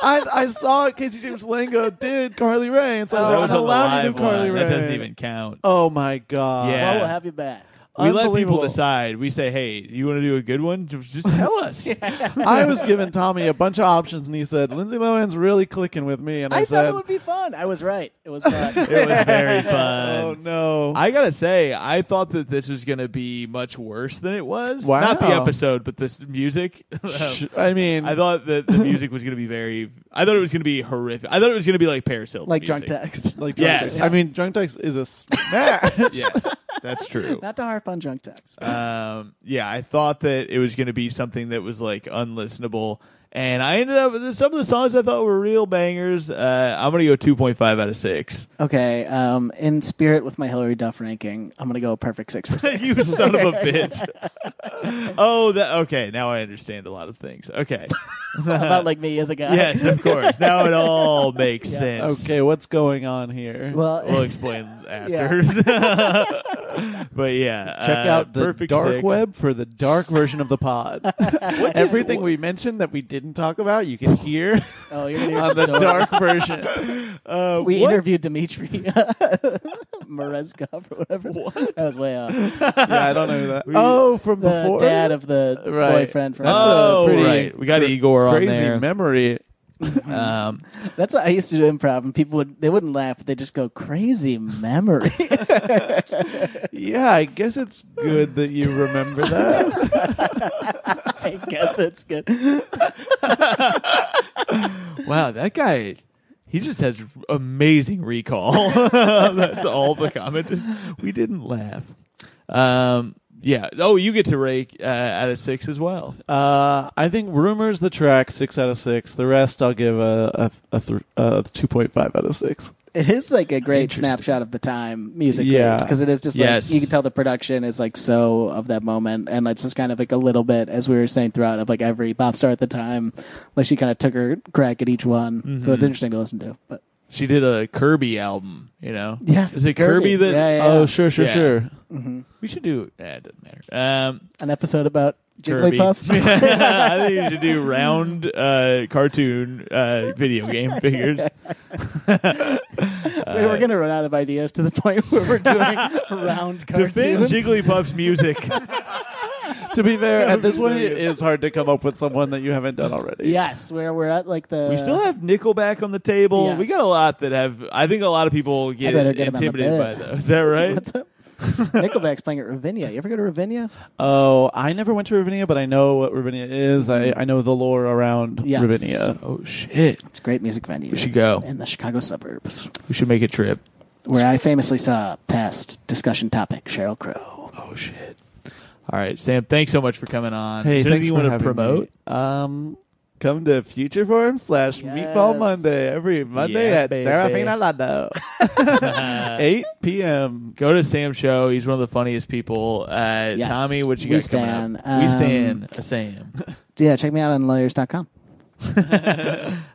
[SPEAKER 6] I, I saw Casey James Lango did Carly Rae, and so I was
[SPEAKER 4] that
[SPEAKER 6] like,
[SPEAKER 4] was
[SPEAKER 6] I'm
[SPEAKER 4] a
[SPEAKER 6] not allowed to
[SPEAKER 4] live
[SPEAKER 6] do Carly
[SPEAKER 4] one.
[SPEAKER 6] Rae.
[SPEAKER 4] That doesn't even count.
[SPEAKER 6] Oh my god.
[SPEAKER 4] Yeah.
[SPEAKER 5] Well, we'll have you back.
[SPEAKER 4] we let people
[SPEAKER 6] Unbelievable.
[SPEAKER 4] decide. We say, hey, you want to do a good one? Just just tell us.
[SPEAKER 6] I was giving Tommy a bunch of options, and he said, Lindsay Lohan's really clicking with me. And I,
[SPEAKER 5] I
[SPEAKER 6] said,
[SPEAKER 5] thought it would be fun. I was right. It was fun.
[SPEAKER 4] It was very fun.
[SPEAKER 6] Oh, no.
[SPEAKER 4] I gotta say, I thought that this was gonna be much worse than it was.
[SPEAKER 6] Wow.
[SPEAKER 4] Not the episode, but this music.
[SPEAKER 6] Sh- I mean,
[SPEAKER 4] I thought that the music was gonna be very. I thought it was gonna be horrific. I thought it was gonna be like Paris Hilton,
[SPEAKER 5] like drunk
[SPEAKER 4] music.
[SPEAKER 5] text.
[SPEAKER 6] like, drunk
[SPEAKER 4] Yes.
[SPEAKER 6] text. I mean, drunk text is a smash.
[SPEAKER 4] Yes, that's true.
[SPEAKER 5] Not to harp on drunk text.
[SPEAKER 4] Um, yeah, I thought that it was going to be something that was like unlistenable, and I ended up with some of the songs I thought were real bangers. Uh, I'm going to go 2.5 out of six.
[SPEAKER 5] Okay, um, in spirit with my Hillary Duff ranking, I'm gonna go a perfect six for six.
[SPEAKER 4] you son of a bitch. oh, that okay. Now I understand a lot of things. Okay.
[SPEAKER 5] About like me as a guy.
[SPEAKER 4] Yes, of course. Now it all makes sense.
[SPEAKER 6] okay, what's going on here?
[SPEAKER 5] Well,
[SPEAKER 4] We'll explain after. but yeah,
[SPEAKER 6] Check
[SPEAKER 4] uh,
[SPEAKER 6] out the
[SPEAKER 4] perfect
[SPEAKER 6] dark
[SPEAKER 4] six.
[SPEAKER 6] web for the dark version of the pod. Everything we mentioned that we didn't talk about, you can hear
[SPEAKER 5] oh, you're gonna hear
[SPEAKER 6] on
[SPEAKER 5] some
[SPEAKER 6] the
[SPEAKER 5] stories.
[SPEAKER 6] dark version.
[SPEAKER 4] Uh,
[SPEAKER 5] We
[SPEAKER 4] what?
[SPEAKER 5] interviewed Dimitri Morezkov or whatever. That was way off.
[SPEAKER 6] Yeah, I don't know that. oh, from
[SPEAKER 5] The
[SPEAKER 6] before.
[SPEAKER 5] dad of the
[SPEAKER 6] Right.
[SPEAKER 5] boyfriend from.
[SPEAKER 6] That's a
[SPEAKER 4] Oh,
[SPEAKER 6] pretty
[SPEAKER 4] right. We got
[SPEAKER 6] cra-
[SPEAKER 4] Igor on
[SPEAKER 6] crazy
[SPEAKER 4] there.
[SPEAKER 6] memory.
[SPEAKER 4] Um,
[SPEAKER 5] That's what I used to do improv, and people would they wouldn't laugh, but they just go crazy memory.
[SPEAKER 6] Yeah, I guess it's good that you remember that.
[SPEAKER 5] I guess it's good.
[SPEAKER 4] Wow, that guy, he just has amazing recall. That's all the comment is. We didn't laugh. Um, yeah. Oh, you get to rake uh, out of six as well.
[SPEAKER 6] uh, I think rumors the track six out of six. The rest I'll give a a, a, th- a two point five out of six.
[SPEAKER 5] It is like a great
[SPEAKER 4] Interesting.
[SPEAKER 5] snapshot of the time music,
[SPEAKER 6] Yeah.
[SPEAKER 5] because it is just like
[SPEAKER 4] Yes.
[SPEAKER 5] you can tell the production is like so of that moment, and it's just kind of like a little bit, as we were saying throughout, of like every pop star at the time, like she kind of took her crack at each one. So
[SPEAKER 4] Mm-hmm.
[SPEAKER 5] it's interesting to listen to. But
[SPEAKER 4] She did a Kirby album. You know.
[SPEAKER 5] yes,
[SPEAKER 4] Is
[SPEAKER 5] it's
[SPEAKER 4] it Kirby, that?
[SPEAKER 5] yeah, yeah, Mm-hmm. yeah.
[SPEAKER 6] Oh, sure, sure,
[SPEAKER 4] Yeah.
[SPEAKER 6] sure.
[SPEAKER 4] We should do. Eh, it doesn't matter. Um,
[SPEAKER 5] an episode about
[SPEAKER 4] Kirby.
[SPEAKER 5] Jigglypuff.
[SPEAKER 4] I think you should do round uh, cartoon uh, video game figures.
[SPEAKER 5] we were
[SPEAKER 4] Uh,
[SPEAKER 5] gonna run out of ideas to the point where we're doing round
[SPEAKER 4] Defend
[SPEAKER 5] cartoons.
[SPEAKER 4] Jigglypuff's music.
[SPEAKER 6] to be fair, at this point, it is hard to come up with someone that you haven't done already.
[SPEAKER 5] yes, where we're at like the
[SPEAKER 4] We still have Nickelback on the table.
[SPEAKER 5] Yes.
[SPEAKER 4] We got a lot that have. I think a lot of people get
[SPEAKER 5] better get 'em on the
[SPEAKER 4] intimidated by
[SPEAKER 5] bed.
[SPEAKER 4] those. Is that right?
[SPEAKER 5] What's up? Nickelback's playing at Ravinia. You ever go to Ravinia?
[SPEAKER 6] Oh, I never went to Ravinia, but I know what Ravinia is. I, I know the lore around
[SPEAKER 5] Yes.
[SPEAKER 6] Ravinia.
[SPEAKER 4] oh shit!
[SPEAKER 5] It's a great music venue.
[SPEAKER 4] We should go.
[SPEAKER 5] in the Chicago suburbs,
[SPEAKER 4] We should make a trip.
[SPEAKER 5] where I famously saw past discussion topic Cheryl Crow.
[SPEAKER 4] Oh shit! All right, Sam. Thanks so much for coming on.
[SPEAKER 6] Hey,
[SPEAKER 4] Is there anything
[SPEAKER 6] thanks
[SPEAKER 4] you
[SPEAKER 6] for
[SPEAKER 4] want to
[SPEAKER 6] having
[SPEAKER 4] promote?
[SPEAKER 6] me. Um, Come to Future Form slash Meatball
[SPEAKER 5] Yes.
[SPEAKER 6] Monday every Monday
[SPEAKER 4] Yeah,
[SPEAKER 6] at
[SPEAKER 4] baby.
[SPEAKER 6] Serafina Lado, 8 p.m.
[SPEAKER 4] Go to Sam's show. He's one of the funniest people. Uh,
[SPEAKER 5] Yes.
[SPEAKER 4] Tommy, what you
[SPEAKER 5] We
[SPEAKER 4] got coming up?
[SPEAKER 5] stan.
[SPEAKER 4] we
[SPEAKER 5] Um,
[SPEAKER 4] stand a Sam.
[SPEAKER 5] Yeah, check me out on lawyers.com.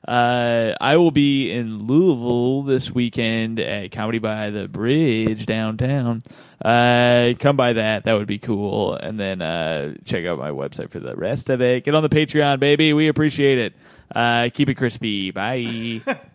[SPEAKER 4] Uh, I will be in Louisville this weekend at Comedy by the Bridge downtown. Uh, come by that. That would be cool. And then uh, check out my website for the rest of it. Get on the Patreon, baby. We appreciate it. Uh, keep it crispy. Bye.